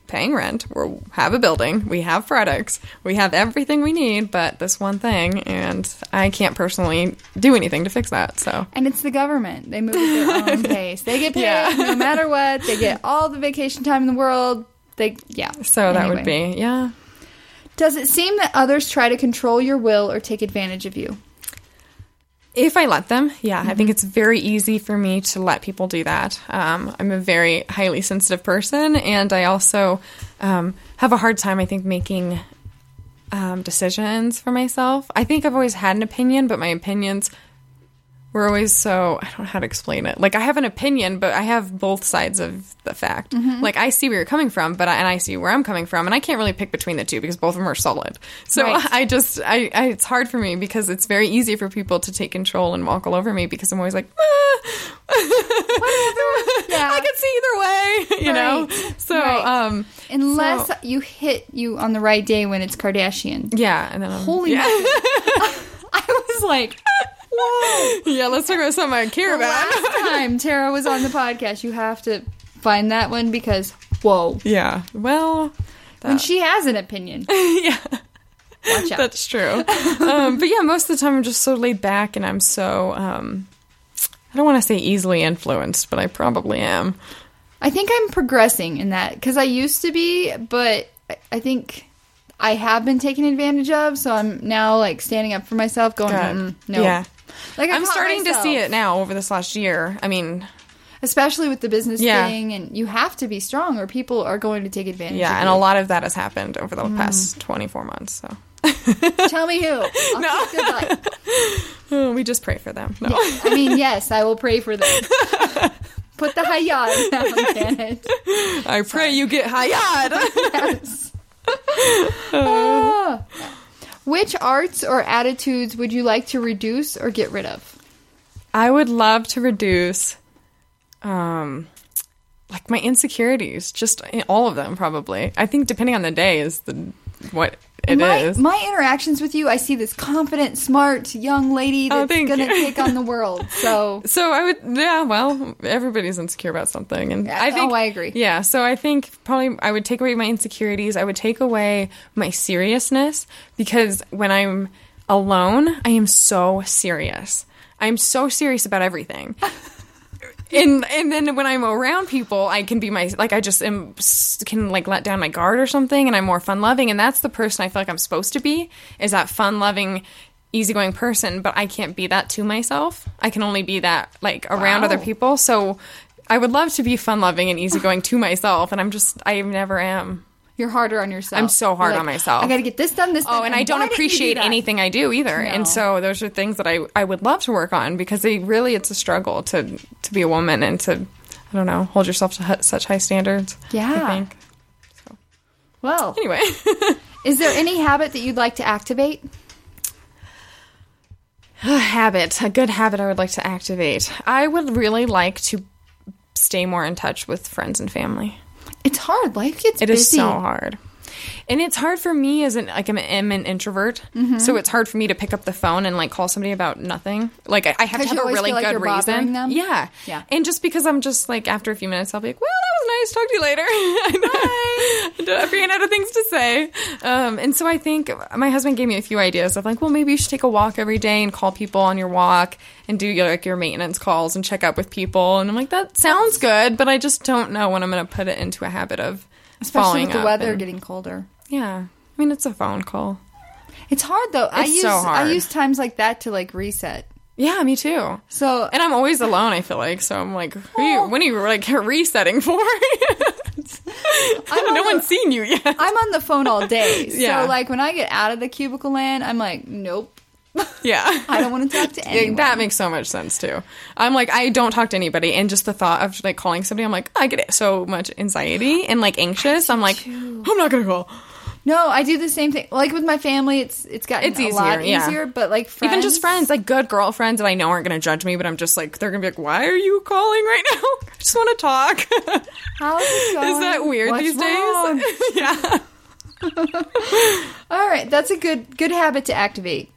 Speaker 2: paying rent, we have a building, we have products, we have everything we need, but this one thing, and I can't personally do anything to fix that. So
Speaker 1: and it's the government. They move at their own pace. They get paid
Speaker 2: Yeah.
Speaker 1: no matter what. They get all the vacation time in the world. They yeah.
Speaker 2: so that would
Speaker 1: Anyway.
Speaker 2: be yeah.
Speaker 1: Does it seem that others try to control your will or take advantage of you?
Speaker 2: If I let them, yeah, I think it's very easy for me to let people do that. Um, I'm a very highly sensitive person, and I also um, have a hard time, I think, making um, decisions for myself. I think I've always had an opinion, but my opinions were always so I don't know how to explain it. Like I have an opinion, but I have both sides of the fact.
Speaker 1: Mm-hmm.
Speaker 2: Like I see where you're coming from, but I, and I see where I'm coming from, and I can't really pick between the two because both of them are solid. So
Speaker 1: Right.
Speaker 2: I just I, I it's hard for me because it's very easy for people to take control and walk all over me because I'm always like. "Ah,
Speaker 1: Yeah.
Speaker 2: I could see either way, you know.
Speaker 1: Right.
Speaker 2: So,
Speaker 1: Right.
Speaker 2: um,
Speaker 1: Unless
Speaker 2: so-
Speaker 1: you hit you on the right day when it's Kardashian.
Speaker 2: yeah, and then I'm,
Speaker 1: Holy
Speaker 2: yeah.
Speaker 1: moly. I was like, whoa.
Speaker 2: yeah, let's talk about something I care
Speaker 1: The
Speaker 2: about.
Speaker 1: last time Tara was on the podcast, you have to find that one because whoa.
Speaker 2: Yeah. Well,
Speaker 1: When she has an opinion.
Speaker 2: yeah,
Speaker 1: Watch out.
Speaker 2: that's true. um, but yeah, most of the time I'm just so laid back and I'm so, um, I don't want to say easily influenced, but I probably am.
Speaker 1: I think I'm progressing in that because I used to be, but I- I think I have been taken advantage of. So I'm now like standing up for myself, going,
Speaker 2: Good.
Speaker 1: mm, no.
Speaker 2: Um, Yeah.
Speaker 1: Like I
Speaker 2: I'm
Speaker 1: caught
Speaker 2: starting to see
Speaker 1: myself.
Speaker 2: it now over this last year. I mean,
Speaker 1: especially with the business
Speaker 2: Yeah.
Speaker 1: thing and you have to be strong or people are going to take advantage
Speaker 2: yeah,
Speaker 1: of
Speaker 2: and
Speaker 1: you.
Speaker 2: a lot of that has happened over the past 24 months. So
Speaker 1: tell me who I'll
Speaker 2: No.
Speaker 1: keep good light.
Speaker 2: Oh, we just pray for them. No.
Speaker 1: i mean yes i will pray for them put the hayat down janet
Speaker 2: I pray you get hayad.
Speaker 1: yes. Ah. which arts or attitudes would you like to reduce or get rid of
Speaker 2: I would love to reduce um like my insecurities, just in- all of them probably. I think depending on the day is the what It
Speaker 1: my,
Speaker 2: is.
Speaker 1: my interactions with you, I see this confident, smart young lady
Speaker 2: Oh,
Speaker 1: that's
Speaker 2: thank
Speaker 1: gonna
Speaker 2: you.
Speaker 1: take on the world. So
Speaker 2: So I would, yeah. Well, everybody's insecure about something, and
Speaker 1: Yeah,
Speaker 2: I think
Speaker 1: oh, I agree.
Speaker 2: Yeah, so I think probably I would take away my insecurities. I would take away my seriousness because when I'm alone, I am so serious. I'm so serious about everything. and and then when I'm around people, I can be my like I just am can like let down my guard or something, and I'm more fun loving, and that's the person I feel like I'm supposed to be is that fun loving, easygoing person. But I can't be that to myself. I can only be that like around
Speaker 1: Wow.
Speaker 2: other people. So I would love to be fun loving and easygoing to myself, and I'm just I never am.
Speaker 1: you're harder on yourself.
Speaker 2: I'm so hard
Speaker 1: You're
Speaker 2: on myself.
Speaker 1: I gotta get this done. This.
Speaker 2: Oh,
Speaker 1: done,
Speaker 2: and I don't
Speaker 1: why didn't you do
Speaker 2: appreciate
Speaker 1: that?"
Speaker 2: anything I do either.
Speaker 1: No.
Speaker 2: And so those are things that I, I would love to work on because they really it's a struggle to to be a woman and to I don't know hold yourself to hu- such high standards.
Speaker 1: Yeah.
Speaker 2: I think.
Speaker 1: Well,
Speaker 2: Anyway,
Speaker 1: is there any habit that you'd like to activate?
Speaker 2: a habit, a good habit I would like to activate. I would really like to stay more in touch with friends and family.
Speaker 1: It's hard. Life gets
Speaker 2: It
Speaker 1: busy.
Speaker 2: is so hard. And it's hard for me as an like I'm, I'm an introvert,
Speaker 1: Mm-hmm.
Speaker 2: so it's hard for me to pick up the phone and like call somebody about nothing. Like I, I have
Speaker 1: 'Cause you
Speaker 2: to have a
Speaker 1: always
Speaker 2: really
Speaker 1: feel like
Speaker 2: good
Speaker 1: you're bothering
Speaker 2: reason.
Speaker 1: them?
Speaker 2: Yeah,
Speaker 1: Yeah.
Speaker 2: And just because I'm just like after a few minutes, I'll be like, "Well, that was nice. Talk to you later." I know. I ran out of things to say. Um, and so I think my husband gave me a few ideas of like, well, maybe you should take a walk every day and call people on your walk and do your, like your maintenance calls and check up with people. And I'm like, that sounds good, but I just don't know when I'm going to put it into a habit of
Speaker 1: especially
Speaker 2: following
Speaker 1: with the
Speaker 2: up
Speaker 1: weather
Speaker 2: and-
Speaker 1: getting colder.
Speaker 2: yeah. I mean, it's a phone call.
Speaker 1: It's hard though. I
Speaker 2: It's
Speaker 1: use
Speaker 2: so
Speaker 1: I
Speaker 2: hard.
Speaker 1: use times like that to like reset.
Speaker 2: Yeah, me too.
Speaker 1: So
Speaker 2: And I'm always alone, I feel like. So I'm like, who you, when are you like resetting for?
Speaker 1: on
Speaker 2: no
Speaker 1: the-
Speaker 2: one's seen you yet.
Speaker 1: I'm on the phone all day.
Speaker 2: Yeah.
Speaker 1: So like when I get out of the cubicle land, I'm like, nope.
Speaker 2: yeah.
Speaker 1: I don't want to talk to anyone.
Speaker 2: That makes so much sense too. I'm like, I don't talk to anybody, and just the thought of like calling somebody, I'm like, I get so much anxiety and like anxious. I'm like, I'm not gonna call.
Speaker 1: no, I do the same thing. Like with my family, it's it's gotten
Speaker 2: It's
Speaker 1: a
Speaker 2: easier,
Speaker 1: lot
Speaker 2: yeah.
Speaker 1: easier. But like friends,
Speaker 2: Even just friends, like good girlfriends that I know aren't gonna judge me, but I'm just like, they're gonna be like, why are you calling right now? I just want to talk.
Speaker 1: How is it going?
Speaker 2: Is that weird
Speaker 1: What's
Speaker 2: these
Speaker 1: wrong?
Speaker 2: days? yeah.
Speaker 1: All right, that's a good good habit to activate.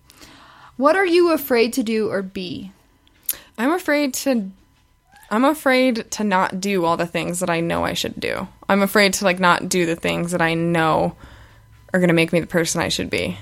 Speaker 1: What are you afraid to do or be?
Speaker 2: I'm afraid to I'm afraid to not do all the things that I know I should do. I'm afraid to like not do the things that I know are going to make me the person I should be.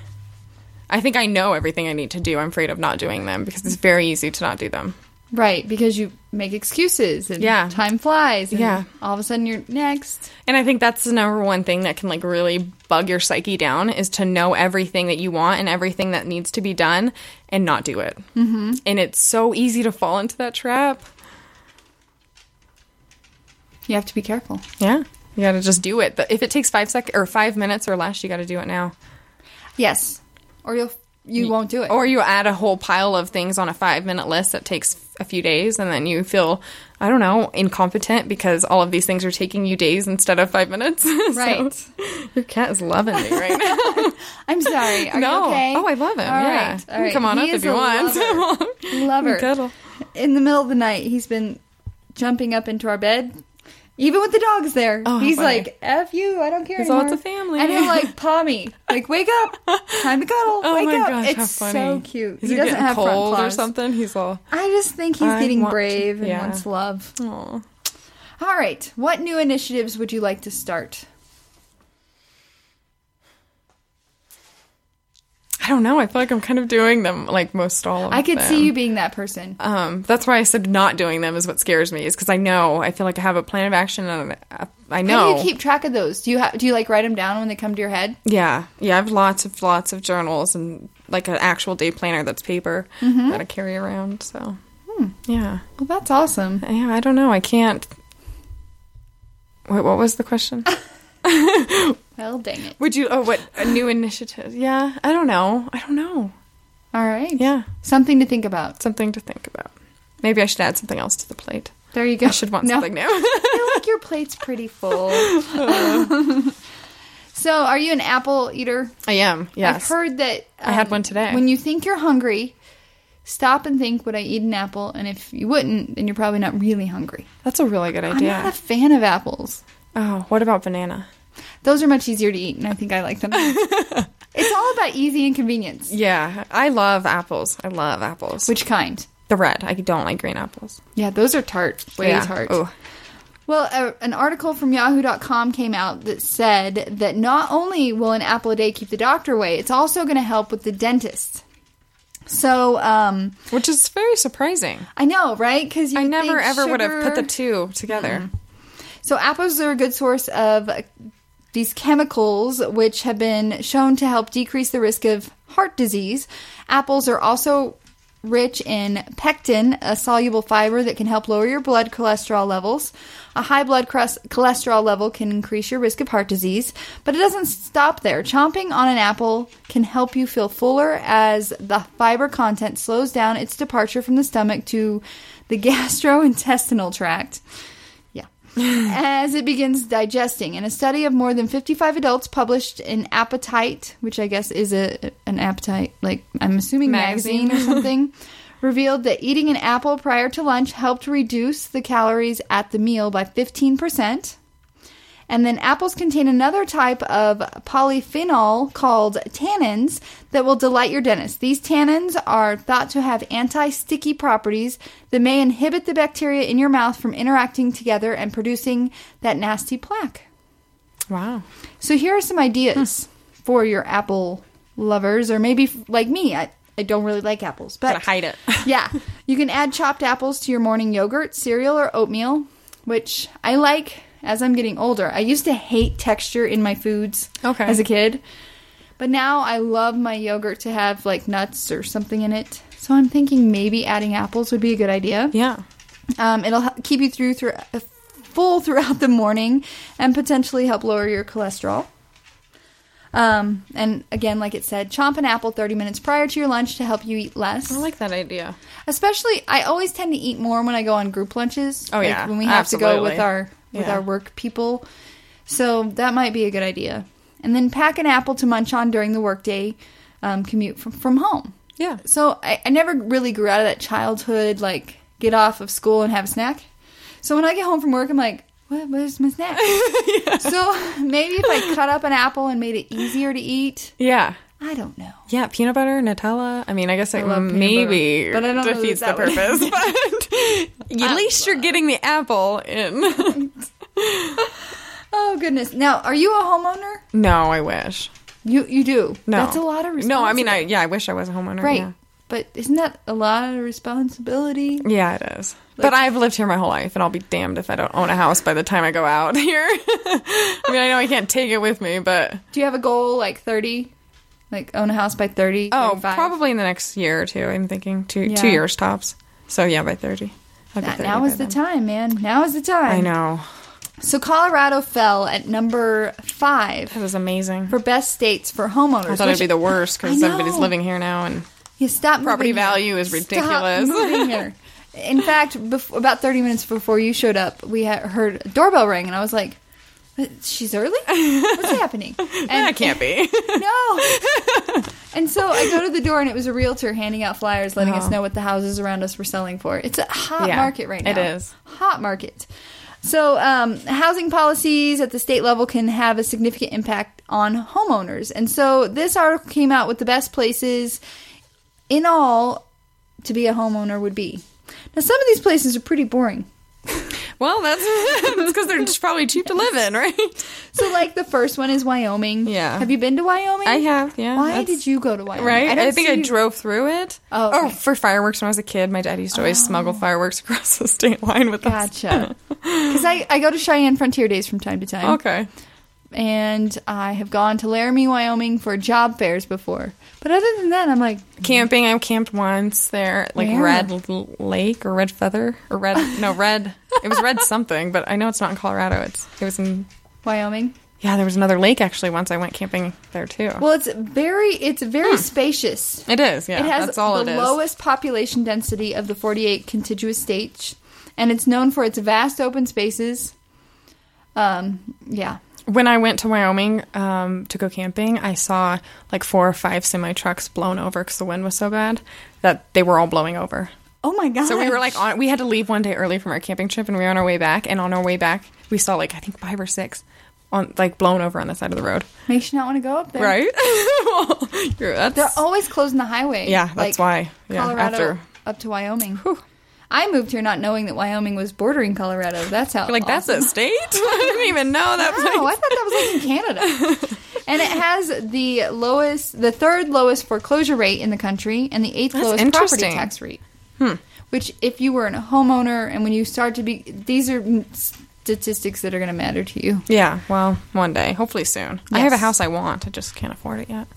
Speaker 2: I think I know everything I need to do. I'm afraid of not doing them because it's very easy to not do them.
Speaker 1: Right, because you make excuses and
Speaker 2: Yeah.
Speaker 1: time flies. And
Speaker 2: Yeah.
Speaker 1: all of a sudden you're next.
Speaker 2: And I think that's the number one thing that can like really bug your psyche down is to know everything that you want and everything that needs to be done and not do it. Mm-hmm. And it's so easy to fall into that trap.
Speaker 1: You have to be careful.
Speaker 2: Yeah. You got to just do it. But If it takes five sec or five minutes or less, you got to do it now.
Speaker 1: Yes, or you'll you won't do it.
Speaker 2: Or you add a whole pile of things on a five minute list that takes a few days, and then you feel, I don't know, incompetent because all of these things are taking you days instead of five minutes. So,
Speaker 1: Right.
Speaker 2: your cat is loving me right now.
Speaker 1: I'm sorry. Are
Speaker 2: no.
Speaker 1: you okay?
Speaker 2: Oh, I love him.
Speaker 1: All
Speaker 2: yeah.
Speaker 1: right,
Speaker 2: You
Speaker 1: all
Speaker 2: can
Speaker 1: right.
Speaker 2: Come on
Speaker 1: He
Speaker 2: up
Speaker 1: is
Speaker 2: if you
Speaker 1: a
Speaker 2: want.
Speaker 1: lover. Lover.
Speaker 2: Cuddle.
Speaker 1: In the middle of the night, he's been jumping up into our bed, even with the dogs there.
Speaker 2: Oh, how
Speaker 1: he's
Speaker 2: funny.
Speaker 1: like, "F you, I don't care
Speaker 2: It's all
Speaker 1: anymore."
Speaker 2: it's a family.
Speaker 1: and he'll like paw me, like, "Wake up, time to cuddle,
Speaker 2: Oh
Speaker 1: wake
Speaker 2: my
Speaker 1: up."
Speaker 2: gosh,
Speaker 1: it's
Speaker 2: how funny.
Speaker 1: so cute.
Speaker 2: Is
Speaker 1: he
Speaker 2: he
Speaker 1: doesn't
Speaker 2: getting
Speaker 1: have front
Speaker 2: cold or
Speaker 1: claws.
Speaker 2: something? He's all,
Speaker 1: I just think he's
Speaker 2: I
Speaker 1: getting
Speaker 2: want to-
Speaker 1: brave and
Speaker 2: yeah.
Speaker 1: wants love.
Speaker 2: oh.
Speaker 1: All right, what new initiatives would you like to start?
Speaker 2: I don't know. I feel like I'm kind of doing them like most all of
Speaker 1: I could
Speaker 2: them.
Speaker 1: see you being that person.
Speaker 2: Um, that's why I said not doing them is what scares me, is because I know I feel like I have a plan of action and I, I know.
Speaker 1: How do you keep track of those? Do you ha- do you like write them down when they come to your head?
Speaker 2: yeah, yeah. I have lots of lots of journals and like an actual day planner that's paper
Speaker 1: Mm-hmm.
Speaker 2: that I carry around. So
Speaker 1: Hmm.
Speaker 2: yeah,
Speaker 1: Well, that's awesome.
Speaker 2: yeah. I don't know. I can't. Wait, what was the question?
Speaker 1: Well, dang it.
Speaker 2: Would you? Oh, what a new initiative? Yeah, I don't know. I don't know.
Speaker 1: All right.
Speaker 2: Yeah,
Speaker 1: Something to think about.
Speaker 2: something to think about. Maybe I should add something else to the plate.
Speaker 1: There you go.
Speaker 2: I should want
Speaker 1: No,
Speaker 2: something new.
Speaker 1: I feel like your plate's pretty full. so, are you an apple eater?
Speaker 2: I am. Yes.
Speaker 1: I've heard that. um,
Speaker 2: I had one today.
Speaker 1: When you think you're hungry, stop and think, would I eat an apple? And if you wouldn't, then you're probably not really hungry.
Speaker 2: That's a really good
Speaker 1: I'm
Speaker 2: idea.
Speaker 1: not a fan of apples.
Speaker 2: Oh, what about banana?
Speaker 1: Those are much easier to eat, and I think I like them. it's about easy and convenience.
Speaker 2: Yeah, I love apples. I love apples.
Speaker 1: Which kind?
Speaker 2: the red. I don't like green apples.
Speaker 1: Yeah, those are tart. Way
Speaker 2: yeah.
Speaker 1: tart.
Speaker 2: Ooh.
Speaker 1: Well, a, an article from yahoo.com came out that said that not only will an apple a day keep the doctor away, it's also going to help with the dentist. So, um,
Speaker 2: Which is very surprising.
Speaker 1: I know, right? Because
Speaker 2: I never ever would have put the two together.
Speaker 1: So apples are a good source of uh, these chemicals, which have been shown to help decrease the risk of heart disease. Apples are also rich in pectin, a soluble fiber that can help lower your blood cholesterol levels. A high blood cres- cholesterol level can increase your risk of heart disease, but it doesn't stop there. Chomping on an apple can help you feel fuller as the fiber content slows down its departure from the stomach to the gastrointestinal tract. Yeah. As it begins digesting. In a study of more than 55 adults published in Appetite, which I guess is a an appetite, like I'm assuming magazine,
Speaker 2: Magazine.
Speaker 1: or something, revealed that eating an apple prior to lunch helped reduce the calories at the meal by 15%. And then apples contain another type of polyphenol called tannins that will delight your dentist. These tannins are thought to have anti sticky properties that may inhibit the bacteria in your mouth from interacting together and producing that nasty plaque.
Speaker 2: Wow.
Speaker 1: So here are some ideas for your apple lovers, or maybe f- like me. I, I don't really like apples, but
Speaker 2: Gotta hide it.
Speaker 1: yeah, you can add chopped apples to your morning yogurt, cereal, or oatmeal, which I like as I'm getting older. I used to hate texture in my foods
Speaker 2: Okay.
Speaker 1: as a kid, but now I love my yogurt to have like nuts or something in it. So I'm thinking maybe adding apples would be a good idea.
Speaker 2: Yeah.
Speaker 1: Um, it'll h- keep you through through uh, full throughout the morning and potentially help lower your cholesterol. Um, and again, like it said, chomp an apple 30 minutes prior to your lunch to help you eat less.
Speaker 2: I like that idea.
Speaker 1: Especially, I always tend to eat more when I go on group lunches.
Speaker 2: Oh, yeah.
Speaker 1: when we have to go with
Speaker 2: Absolutely.
Speaker 1: our with
Speaker 2: Yeah.
Speaker 1: our work people. So that might be a good idea. And then pack an apple to munch on during the workday um, commute from, from home.
Speaker 2: Yeah.
Speaker 1: So I, I never really grew out of that childhood, like get off of school and have a snack. So when I get home from work, I'm like, what, where's my snack? So maybe if I cut up an apple and made it easier to eat,
Speaker 2: Yeah. Mm,
Speaker 1: I don't know.
Speaker 2: Yeah, peanut butter, Nutella. I mean, I guess it
Speaker 1: love peanut
Speaker 2: maybe
Speaker 1: butter, but I don't know that
Speaker 2: defeats the
Speaker 1: that would-
Speaker 2: purpose, but at least you're getting the apple in.
Speaker 1: Oh goodness! Now, are you a homeowner?
Speaker 2: no, I wish.
Speaker 1: You you do.
Speaker 2: No,
Speaker 1: that's a lot of responsibility.
Speaker 2: No, I mean, I yeah, I wish I was a homeowner.
Speaker 1: right.
Speaker 2: Yeah,
Speaker 1: But isn't that a lot of responsibility?
Speaker 2: Yeah, it is. but I've lived here my whole life, and I'll be damned if I don't own a house by the time I go out here. I mean, I know I can't take it with me, but
Speaker 1: Do you have a goal like thirty, like own a house by thirty?
Speaker 2: oh,
Speaker 1: 35?
Speaker 2: probably in the next year or two. I'm thinking two
Speaker 1: Yeah.
Speaker 2: two years tops. So yeah, by thirty. I'd be
Speaker 1: That-
Speaker 2: 30
Speaker 1: now
Speaker 2: by
Speaker 1: is the
Speaker 2: then.
Speaker 1: time, man. Now is the time.
Speaker 2: I know
Speaker 1: So Colorado fell at number five
Speaker 2: that was amazing.
Speaker 1: for best states for homeowners.
Speaker 2: I thought
Speaker 1: which-
Speaker 2: it'd be the worst
Speaker 1: I
Speaker 2: because
Speaker 1: know.
Speaker 2: everybody's living here now, and
Speaker 1: You stop.
Speaker 2: Property
Speaker 1: moving here.
Speaker 2: value is
Speaker 1: Stop
Speaker 2: ridiculous.
Speaker 1: moving here. In fact, bef- about thirty minutes before you showed up, we had heard a doorbell ring, and I was like, "What, "She's early. What's happening?" And
Speaker 2: that can't be.
Speaker 1: no. and so I go to the door, and it was a realtor handing out flyers, letting us know what the houses around us were selling for. It's a hot
Speaker 2: Oh. Yeah,
Speaker 1: market right now.
Speaker 2: it is.
Speaker 1: hot market. So um, housing policies at the state level can have a significant impact on homeowners, and so this article came out with the best places in all to be a homeowner would be. Now, some of these places are pretty boring.
Speaker 2: well, that's because they're just probably cheap to live in, right?
Speaker 1: So, like the first one is Wyoming.
Speaker 2: Yeah.
Speaker 1: Have you been to Wyoming?
Speaker 2: I have, yeah.
Speaker 1: Why
Speaker 2: that's-
Speaker 1: did you go to Wyoming?
Speaker 2: Right? I, think
Speaker 1: see
Speaker 2: I
Speaker 1: you-
Speaker 2: drove through it.
Speaker 1: Oh,
Speaker 2: Oh,
Speaker 1: okay. Oh.
Speaker 2: for fireworks when I was a kid, my dad used to always smuggle fireworks across the state line with us.
Speaker 1: Gotcha. Because I, I go to Cheyenne Frontier Days from time to time.
Speaker 2: Okay.
Speaker 1: And I have gone to Laramie, Wyoming for job fairs before. But other than that, I'm like,
Speaker 2: Mm-hmm. Camping, I camped once there, like
Speaker 1: Where?
Speaker 2: Red L- Lake or Red Feather or Red, no, Red, it was Red something, but I know it's not in Colorado. It's, it was in,
Speaker 1: Wyoming.
Speaker 2: yeah, there was another lake actually once I went camping there too.
Speaker 1: Well, it's very it's very spacious.
Speaker 2: it is, Hmm. yeah.
Speaker 1: it has
Speaker 2: that's all
Speaker 1: the
Speaker 2: it is.
Speaker 1: lowest population density of the 48 contiguous states, and it's known for its vast open spaces. Um, yeah.
Speaker 2: when I went to Wyoming um, to go camping, I saw like four or five semi trucks blown over because the wind was so bad that they were all blowing over.
Speaker 1: Oh my god.
Speaker 2: So we were like on. We had to leave one day early from our camping trip, and we were on our way back. And on our way back, we saw like I think five or six on like blown over on the side of the road.
Speaker 1: Makes you not want to go up there.
Speaker 2: Right? Well, you're- that's-
Speaker 1: They're always closing the highway.
Speaker 2: Yeah, that's why. Yeah,
Speaker 1: Colorado
Speaker 2: after-
Speaker 1: up to Wyoming. I moved here not knowing that Wyoming was bordering Colorado. That's how.
Speaker 2: You're like that's
Speaker 1: awesome.
Speaker 2: a state? I didn't even know that. place.
Speaker 1: Wow, I thought that was like in Canada. and it has the lowest, the third lowest foreclosure rate in the country, and the eighth
Speaker 2: That's
Speaker 1: lowest property
Speaker 2: interesting. Hmm.
Speaker 1: tax rate. Which, if you were a homeowner, and when you start to be, these are statistics that are going to matter to you.
Speaker 2: Yeah, well, one day, hopefully soon. I have a
Speaker 1: Yes.
Speaker 2: house I want. I just can't afford it yet.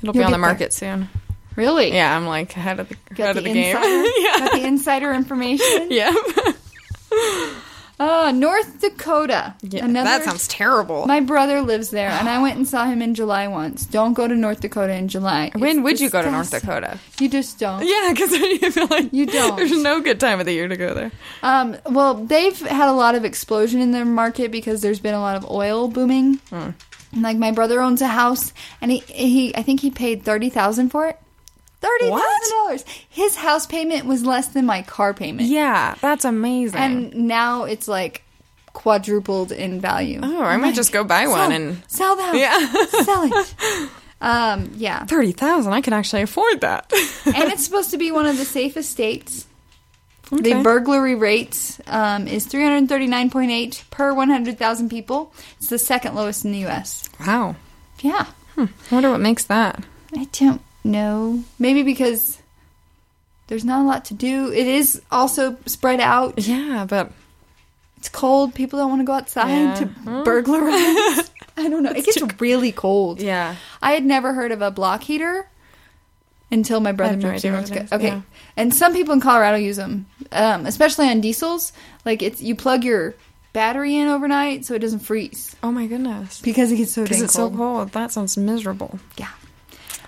Speaker 2: It'll be
Speaker 1: You'll get
Speaker 2: on the
Speaker 1: there.
Speaker 2: market soon.
Speaker 1: Really?
Speaker 2: Yeah, I'm like ahead of the
Speaker 1: Got
Speaker 2: ahead
Speaker 1: the,
Speaker 2: of the game.
Speaker 1: insider, got the insider information.
Speaker 2: yeah,
Speaker 1: Oh, North Dakota.
Speaker 2: yeah.
Speaker 1: Another-
Speaker 2: that sounds terrible.
Speaker 1: My brother lives there, and I went and saw him in July once. Don't go to North Dakota in July.
Speaker 2: when
Speaker 1: It's
Speaker 2: would you go to North
Speaker 1: disgusting.
Speaker 2: Dakota?
Speaker 1: You just don't.
Speaker 2: Yeah, because I feel like
Speaker 1: You don't.
Speaker 2: There's no good time of the year to go there.
Speaker 1: Um, well, they've had a lot of explosion in their market because there's been a lot of oil booming.
Speaker 2: Hmm.
Speaker 1: And like my brother owns a house, and he, he I think he paid thirty thousand for it. Thirty thousand dollars. His house payment was less than my car payment,
Speaker 2: Yeah, that's amazing.
Speaker 1: and now it's like quadrupled in value.
Speaker 2: oh, I might just go buy one and
Speaker 1: sell the house.
Speaker 2: Yeah.
Speaker 1: sell it. Um, yeah,
Speaker 2: thirty thousand. I can actually afford that.
Speaker 1: and it's supposed to be one of the safest states. The
Speaker 2: Okay.
Speaker 1: burglary rate um, is 339.8 per 100,000 people. It's the second lowest in the U.S.
Speaker 2: wow.
Speaker 1: Yeah.
Speaker 2: I wonder what makes that.
Speaker 1: I don't know. Maybe because there's not a lot to do. It is also spread out.
Speaker 2: Yeah, but
Speaker 1: It's cold. People don't want to go outside
Speaker 2: Yeah. Hmm.
Speaker 1: to burglarize. I don't know. It gets really cold.
Speaker 2: yeah,
Speaker 1: I had never heard of a block heater until my brother
Speaker 2: have no
Speaker 1: moved to
Speaker 2: idea
Speaker 1: North
Speaker 2: what it
Speaker 1: Dakota. Okay,
Speaker 2: is, yeah.
Speaker 1: and some people in Colorado use them, um, especially on diesels. Like it's you plug your battery in overnight so it doesn't freeze
Speaker 2: Oh my goodness.
Speaker 1: because it gets so
Speaker 2: Because
Speaker 1: dang
Speaker 2: it's
Speaker 1: cold.
Speaker 2: so cold. That sounds miserable.
Speaker 1: Yeah.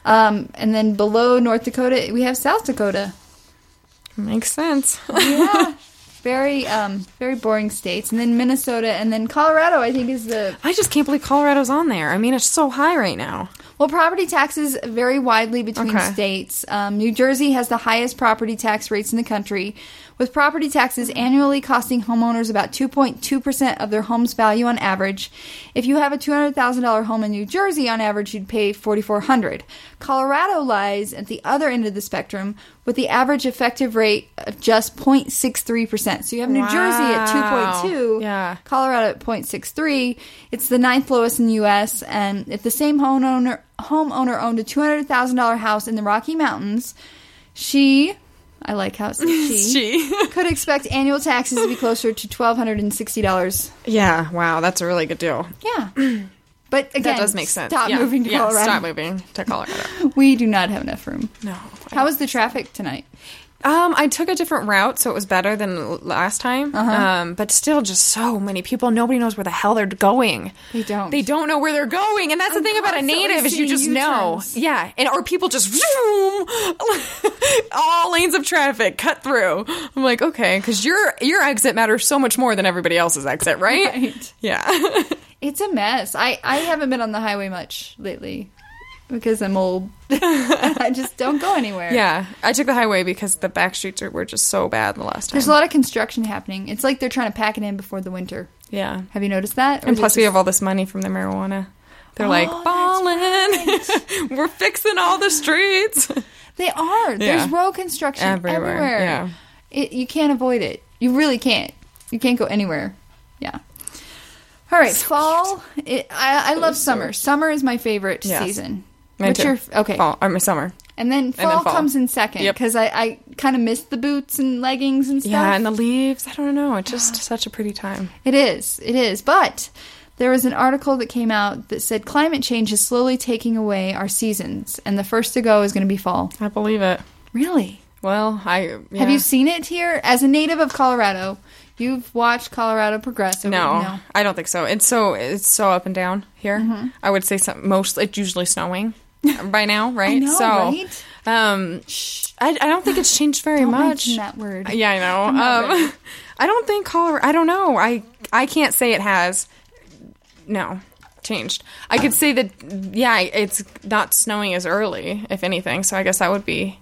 Speaker 1: Um, and then below North Dakota, we have South Dakota.
Speaker 2: Makes sense.
Speaker 1: Yeah. Very, um, very boring states, and then Minnesota, and then Colorado. I think is the
Speaker 2: I just can't believe Colorado's on there. I mean, it's so high right now.
Speaker 1: Well, property taxes vary widely between
Speaker 2: Okay.
Speaker 1: states. Um, New Jersey has the highest property tax rates in the country, with property taxes annually costing homeowners about 2.2% of their home's value on average. If you have a $200,000 home in New Jersey, on average, you'd pay $4,400. Colorado lies at the other end of the spectrum, with the average effective rate of just 0.63%. So you have New Jersey at
Speaker 2: Wow.
Speaker 1: 2.2,
Speaker 2: Yeah.
Speaker 1: Colorado at 0.63. It's the ninth lowest in the U.S. And if the same homeowner homeowner owned a two hundred thousand dollar house in the Rocky Mountains, she, I like how it says she,
Speaker 2: Gee.
Speaker 1: could expect annual taxes to be closer to twelve hundred and sixty dollars.
Speaker 2: Yeah, wow, that's a really good deal.
Speaker 1: Yeah, but again,
Speaker 2: that does make sense.
Speaker 1: Stop
Speaker 2: yeah.
Speaker 1: moving to
Speaker 2: yeah,
Speaker 1: Colorado.
Speaker 2: Stop moving to Colorado.
Speaker 1: We do not have enough room.
Speaker 2: no.
Speaker 1: How was the traffic tonight?
Speaker 2: Um, I took a different route, so it was better than l- last time.
Speaker 1: Uh-huh.
Speaker 2: Um, but still, just so many people. Nobody knows where the hell they're going.
Speaker 1: They don't.
Speaker 2: They don't know where they're going, and that's
Speaker 1: I'm
Speaker 2: the thing about a
Speaker 1: constantly
Speaker 2: native is you
Speaker 1: seeing
Speaker 2: just know.
Speaker 1: U-turns.
Speaker 2: Yeah, and or people just zoom, all lanes of traffic cut through. I'm like, okay, because your your exit matters so much more than everybody else's exit, right?
Speaker 1: Right.
Speaker 2: Yeah.
Speaker 1: It's a mess. I, I haven't been on the highway much lately because I'm old. I just don't go anywhere.
Speaker 2: Yeah, I took the highway because the back streets are, were just so bad the last time.
Speaker 1: There's a lot of construction happening. It's like they're trying to pack it in before the winter.
Speaker 2: yeah,
Speaker 1: Have you noticed that? Or
Speaker 2: and
Speaker 1: is it
Speaker 2: plus we
Speaker 1: just-
Speaker 2: have all this money from the marijuana. They're like
Speaker 1: that's Oh,
Speaker 2: balling. we're fixing all the streets.
Speaker 1: they are. There's
Speaker 2: Yeah.
Speaker 1: road construction everywhere.
Speaker 2: Everywhere, yeah.
Speaker 1: It, you can't avoid it. You really can't. You can't go anywhere. Yeah. All right, fall. It, I, I love summer. Summer is my favorite
Speaker 2: Yes.
Speaker 1: season.
Speaker 2: Mine
Speaker 1: What's
Speaker 2: too.
Speaker 1: your f- okay?
Speaker 2: Fall, or my summer.
Speaker 1: And then fall,
Speaker 2: then fall.
Speaker 1: comes in second
Speaker 2: Yep.
Speaker 1: because I, I kind of miss the boots and leggings and stuff.
Speaker 2: Yeah, and the leaves. I don't know. It's just such a pretty time.
Speaker 1: It is. It is. But there was an article that came out that said climate change is slowly taking away our seasons, and the first to go is going to be fall.
Speaker 2: I believe it.
Speaker 1: Really?
Speaker 2: Well, I yeah.
Speaker 1: Have you seen it here? As a native of Colorado, you've watched Colorado progress. over-
Speaker 2: No, I don't think so. It's so it's so up and down here.
Speaker 1: Mm-hmm.
Speaker 2: I would say some, mostly it's usually snowing by now, right?
Speaker 1: know,
Speaker 2: so,
Speaker 1: right?
Speaker 2: um, I, I don't think it's changed very
Speaker 1: Don't
Speaker 2: much.
Speaker 1: mention that word.
Speaker 2: Yeah, I know. Um, I don't think Colorado. I don't know. I I can't say it has. No, changed. I could say that. Yeah, it's not snowing as early, if anything. So I guess that would be.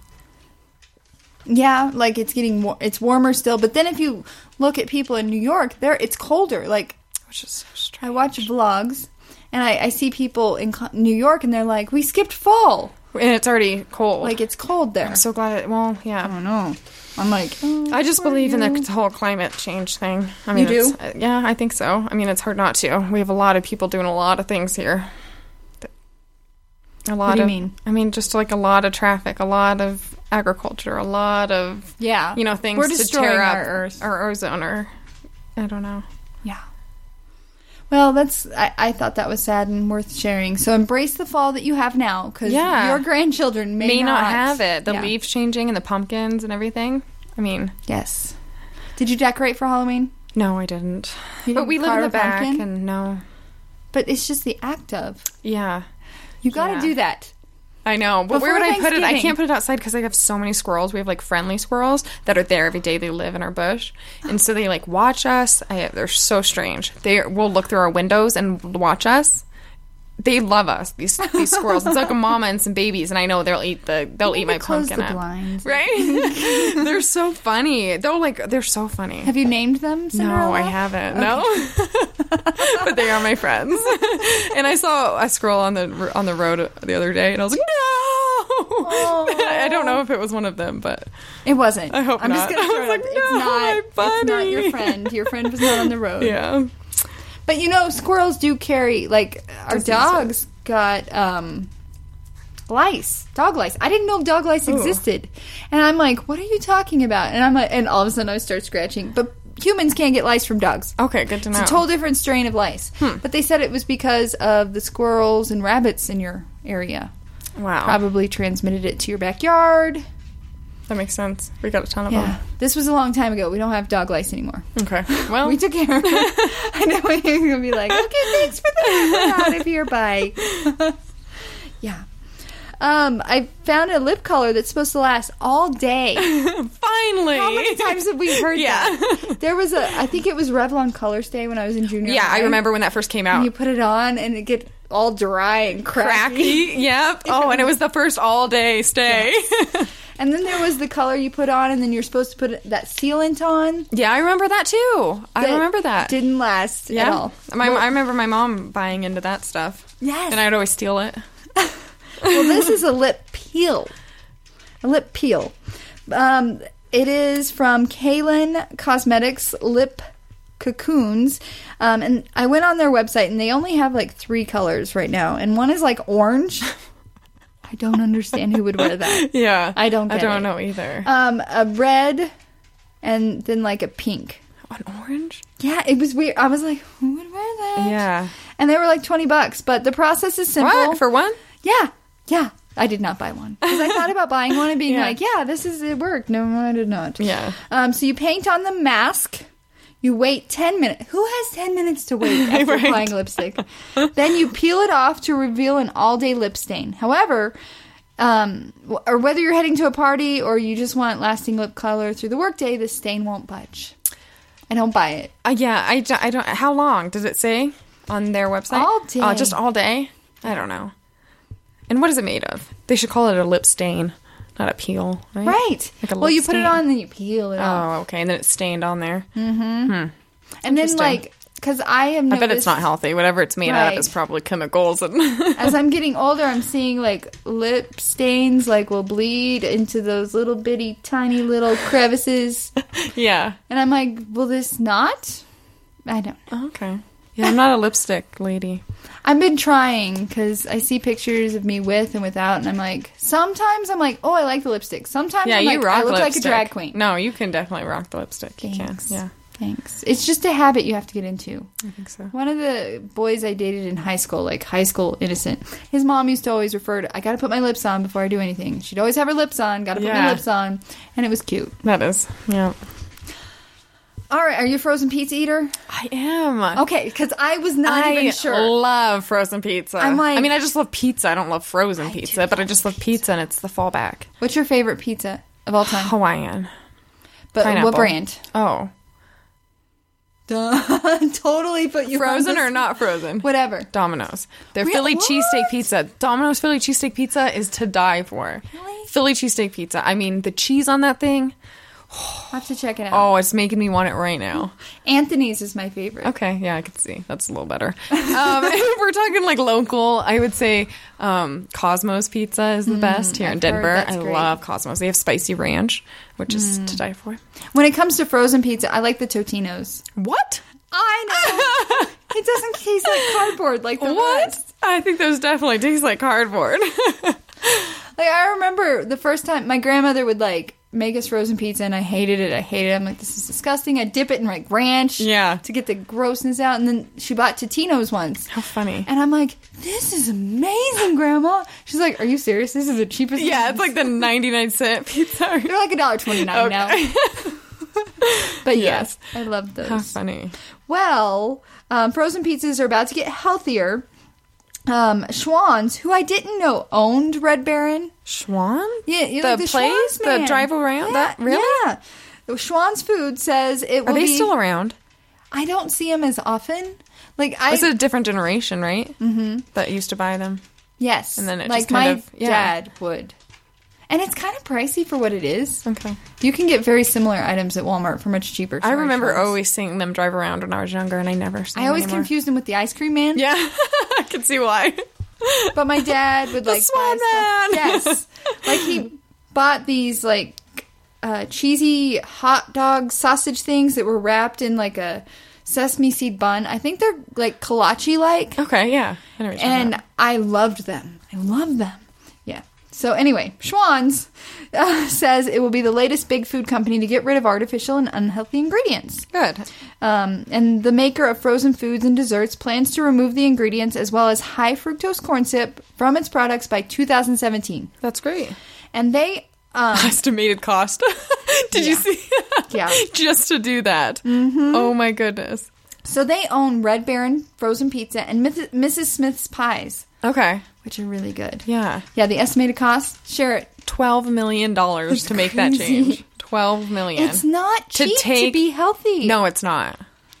Speaker 1: Yeah, like it's getting war- it's warmer still. But then if you look at people in New York, there it's colder. Like
Speaker 2: which is so strange.
Speaker 1: I watch vlogs and I, I see people in Co- New York and they're like, we skipped fall.
Speaker 2: And it's already cold.
Speaker 1: Like, it's cold there.
Speaker 2: so glad it. Well, yeah.
Speaker 1: don't know. I'm like, oh,
Speaker 2: I just
Speaker 1: poor
Speaker 2: believe in
Speaker 1: you.
Speaker 2: the whole climate change thing. I mean,
Speaker 1: do?
Speaker 2: it's- uh, yeah, I think so. I mean, it's hard not to. We have a lot of people doing a lot of things here. Th- A lot
Speaker 1: do you
Speaker 2: of,
Speaker 1: mean?
Speaker 2: I mean, just like a lot of traffic, a lot of agriculture, a lot of
Speaker 1: Yeah.
Speaker 2: you know things
Speaker 1: We're
Speaker 2: to
Speaker 1: destroying
Speaker 2: tear up
Speaker 1: our earth.
Speaker 2: our ozone or I don't know.
Speaker 1: Yeah. Well, that's I, I thought that was sad and worth sharing. So embrace the fall that you have now because
Speaker 2: Yeah.
Speaker 1: your grandchildren may,
Speaker 2: May not, have it. The
Speaker 1: Yeah.
Speaker 2: leaves changing and the pumpkins and everything. I mean,
Speaker 1: Yes. Did you decorate for Halloween?
Speaker 2: no, I didn't.
Speaker 1: You
Speaker 2: but
Speaker 1: didn't
Speaker 2: we live in
Speaker 1: carve
Speaker 2: the
Speaker 1: a
Speaker 2: back,
Speaker 1: pumpkin?
Speaker 2: and no,
Speaker 1: But it's just the act of
Speaker 2: yeah,
Speaker 1: you got to
Speaker 2: Yeah.
Speaker 1: do that.
Speaker 2: I know. But where would
Speaker 1: Before
Speaker 2: I put it? I
Speaker 1: Thanksgiving.
Speaker 2: can't put it outside because I have so many squirrels. We have like friendly squirrels that are there every day. They live in our bush, and so they like watch us. I, they're so strange. They will look through our windows and watch us. They love us. These these squirrels. It's like a mama and some babies, and I know they'll eat the they'll eat
Speaker 1: need
Speaker 2: my
Speaker 1: to close
Speaker 2: pumpkin
Speaker 1: the
Speaker 2: up.
Speaker 1: blinds.
Speaker 2: Right? they're so funny. They're like they're so funny.
Speaker 1: Have you named them? Cinderella?
Speaker 2: No, I haven't. No, but they are my friends. and I saw a squirrel on the on the road the other day, and I was like, no. I don't know if it was one of them, but
Speaker 1: It wasn't.
Speaker 2: I hope
Speaker 1: I'm just
Speaker 2: not.
Speaker 1: gonna
Speaker 2: I
Speaker 1: throw
Speaker 2: was
Speaker 1: it out
Speaker 2: like,
Speaker 1: there.
Speaker 2: no, my
Speaker 1: it's not. It's not your
Speaker 2: buddy.
Speaker 1: friend. Your friend was not on the road.
Speaker 2: yeah,
Speaker 1: But you know, squirrels do carry like our
Speaker 2: Diseases.
Speaker 1: dogs got um lice, dog lice. I didn't know dog lice existed. And I'm like, what are you talking about? And I'm like, and all of a sudden I start scratching. But humans can't get lice from dogs.
Speaker 2: okay, good to know.
Speaker 1: It's a total different strain of lice. But they said it was because of the squirrels and rabbits in your area.
Speaker 2: wow,
Speaker 1: Probably transmitted it to your backyard.
Speaker 2: that makes sense. We got a ton of
Speaker 1: Yeah. This was a long time ago. We don't have dog lice anymore.
Speaker 2: them. Okay, well,
Speaker 1: We took care of it. I know you're going to be like, okay, thanks for that. We're out of here. Bye. yeah. Um, I found a lip color that's supposed to last all day.
Speaker 2: finally.
Speaker 1: How many times have we heard
Speaker 2: Yeah.
Speaker 1: that? There was a, I think it was Revlon Colors Day when I was in junior
Speaker 2: yeah, I
Speaker 1: high.
Speaker 2: remember when that first came out.
Speaker 1: And you put it on and it get all dry and cracky.
Speaker 2: Cracky, yep. Oh, and it was the first all day stay.
Speaker 1: And then there was the color you put on, and then you're supposed to put that sealant on.
Speaker 2: yeah, I remember that too. I remember that.
Speaker 1: didn't last at all.
Speaker 2: My, I remember my mom buying into that stuff.
Speaker 1: Yes.
Speaker 2: And I'd always steal it.
Speaker 1: Well, this is a lip peel. A lip peel. Um, it is from Kaylin Cosmetics Lip Cocoons. Um, and I went on their website and they only have like three colors right now. And one is like orange. I don't understand who would wear that.
Speaker 2: Yeah.
Speaker 1: I don't
Speaker 2: I
Speaker 1: get
Speaker 2: don't
Speaker 1: it.
Speaker 2: know either.
Speaker 1: Um, a red and then like a pink.
Speaker 2: An orange?
Speaker 1: Yeah, it was weird. I was like, who would wear that?
Speaker 2: Yeah.
Speaker 1: And they were like 20 bucks, but the process is simple.
Speaker 2: What? For one?
Speaker 1: Yeah, yeah. I did not buy one because I thought about buying one and being
Speaker 2: Yeah.
Speaker 1: like, "Yeah, this is it worked." No, I did not.
Speaker 2: Yeah.
Speaker 1: Um. So you paint on the mask. You wait ten minutes. Who has ten minutes to wait after
Speaker 2: Right.
Speaker 1: applying lipstick? then you peel it off to reveal an all-day lip stain. However, um, w- or whether you're heading to a party or you just want lasting lip color through the workday, the stain won't budge. I don't buy it.
Speaker 2: Uh, yeah. I, d- I don't. How long does it say on their website?
Speaker 1: All
Speaker 2: Oh,
Speaker 1: day.
Speaker 2: just all day? I don't know. And what is it made of? They should call it a lip stain, not a peel, right?
Speaker 1: Right.
Speaker 2: Like a
Speaker 1: well,
Speaker 2: lip
Speaker 1: you put it
Speaker 2: stain.
Speaker 1: on, Mm-hmm. then you peel it off,
Speaker 2: Oh, okay. And then it's stained on there.
Speaker 1: and then
Speaker 2: Oh, interesting.
Speaker 1: like, because I am.
Speaker 2: I bet it's not healthy. Whatever it's made out
Speaker 1: Right.
Speaker 2: of is probably chemicals. And
Speaker 1: as I'm getting older, I'm seeing like lip stains like will bleed into those little bitty tiny little crevices,
Speaker 2: yeah.
Speaker 1: and I'm like, will this not? I don't. know.
Speaker 2: Okay. Yeah, I'm not a lipstick lady.
Speaker 1: I've been trying because I see pictures of me with and without, and I'm like, sometimes I'm like, oh, I like the lipstick. Sometimes
Speaker 2: Yeah,
Speaker 1: I'm
Speaker 2: you
Speaker 1: like,
Speaker 2: rock
Speaker 1: I look like
Speaker 2: lipstick.
Speaker 1: a drag queen.
Speaker 2: No, you can definitely rock the lipstick.
Speaker 1: Thanks.
Speaker 2: You can.
Speaker 1: Thanks. It's just a habit you have to get into.
Speaker 2: Yeah, I think so.
Speaker 1: One of the boys I dated in high school, like high school innocent, his mom used to always refer to, I gotta put my lips on before I do anything. She'd always have her lips on, gotta put my
Speaker 2: Yeah.
Speaker 1: lips on. And it was cute.
Speaker 2: That is. Yeah.
Speaker 1: All right, are you a frozen pizza eater?
Speaker 2: I am.
Speaker 1: Okay, because I was not
Speaker 2: I
Speaker 1: even sure.
Speaker 2: love frozen pizza.
Speaker 1: I'm like-
Speaker 2: I mean, I just love pizza. I don't love frozen pizza, but I just love pizza, and it's the fallback.
Speaker 1: What's your favorite pizza of all time?
Speaker 2: Hawaiian.
Speaker 1: But
Speaker 2: Pineapple.
Speaker 1: what brand?
Speaker 2: Oh.
Speaker 1: totally put you on
Speaker 2: Frozen
Speaker 1: this-
Speaker 2: or not frozen?
Speaker 1: Whatever.
Speaker 2: Domino's. Their
Speaker 1: Really?
Speaker 2: Philly
Speaker 1: What?
Speaker 2: cheesesteak pizza. Domino's Philly cheesesteak pizza is to die for.
Speaker 1: Really?
Speaker 2: Philly cheesesteak pizza. I mean, the cheese on that thing.
Speaker 1: I'll have to check it out.
Speaker 2: Oh, it's making me want it right now.
Speaker 1: Oh. Anthony's is my favorite.
Speaker 2: Okay, yeah, I can see. That's a little better. Um, if we're talking like local, I would say um, Cosmos Pizza is the best here in Denver.
Speaker 1: Mm, that's
Speaker 2: I
Speaker 1: great. Mm.
Speaker 2: love Cosmos. They have spicy ranch, which is to die for.
Speaker 1: When it comes to frozen pizza, I like the Totino's.
Speaker 2: What?
Speaker 1: I know. it doesn't taste like cardboard like the
Speaker 2: What?
Speaker 1: rest.
Speaker 2: I think those definitely taste like cardboard.
Speaker 1: Like I remember the first time my grandmother would like make us frozen pizza and I hated it. I hated it. I'm like, this is disgusting. I dip it in like ranch
Speaker 2: Yeah.
Speaker 1: to get the grossness out. And then she bought Totino's once.
Speaker 2: How funny.
Speaker 1: And I'm like, this is amazing, Grandma. She's like, are you serious? This is the cheapest.
Speaker 2: yeah, it's like the 99 cent pizza.
Speaker 1: They're like a dollar twenty nine now. But yes,
Speaker 2: Yes.
Speaker 1: I love those.
Speaker 2: How funny.
Speaker 1: Well, um, frozen pizzas are about to get healthier. Um, Schwann's, who I didn't know owned Red Baron.
Speaker 2: Schwan?
Speaker 1: Yeah, you
Speaker 2: The
Speaker 1: like the
Speaker 2: place?
Speaker 1: Schwann's
Speaker 2: The
Speaker 1: man.
Speaker 2: drive around?
Speaker 1: Yeah,
Speaker 2: That- really?
Speaker 1: Yeah. Schwann's Food says it will
Speaker 2: Are they
Speaker 1: be-
Speaker 2: still around?
Speaker 1: I don't see him as often. Like I
Speaker 2: It's a different generation, right? Mm-hmm. That used to buy them.
Speaker 1: yes,
Speaker 2: and then it
Speaker 1: like
Speaker 2: just kind
Speaker 1: my
Speaker 2: of- yeah.
Speaker 1: dad would. And it's kind of pricey for what it is.
Speaker 2: Okay.
Speaker 1: You can get very similar items at Walmart for much cheaper.
Speaker 2: Um, I
Speaker 1: Sorry,
Speaker 2: remember
Speaker 1: Schwann's.
Speaker 2: always seeing them drive around when I was younger, and I never. Saw
Speaker 1: I always
Speaker 2: them anymore.
Speaker 1: confused him with the ice cream man.
Speaker 2: Yeah, I can see why.
Speaker 1: But my dad would like
Speaker 2: Swan
Speaker 1: buy
Speaker 2: Man.
Speaker 1: stuff. Yes, like he bought these like uh, cheesy hot dog sausage things that were wrapped in like a sesame seed bun. I think they're like kolache like,
Speaker 2: Okay, yeah. I know what you're talking
Speaker 1: and I loved them. I love them. Yeah. So anyway, Schwann's uh, says it will be the latest big food company to get rid of artificial and unhealthy ingredients.
Speaker 2: about. good.
Speaker 1: Um, and the maker of frozen foods and desserts plans to remove the ingredients as well as high fructose corn syrup from its products by 2017.
Speaker 2: That's great.
Speaker 1: And they, um,
Speaker 2: Estimated cost. Did you see?
Speaker 1: Yeah.
Speaker 2: Just to do that. Mm-hmm. Oh my goodness.
Speaker 1: so they own Red Baron frozen pizza and Myth- Mrs. Smith's pies,
Speaker 2: Okay.
Speaker 1: which are really good.
Speaker 2: Yeah.
Speaker 1: Yeah, the estimated cost. Share it.
Speaker 2: Twelve million dollars to make that
Speaker 1: crazy.
Speaker 2: change. Twelve million.
Speaker 1: It's not
Speaker 2: To
Speaker 1: cheap to,
Speaker 2: take-
Speaker 1: be healthy.
Speaker 2: no, it's not.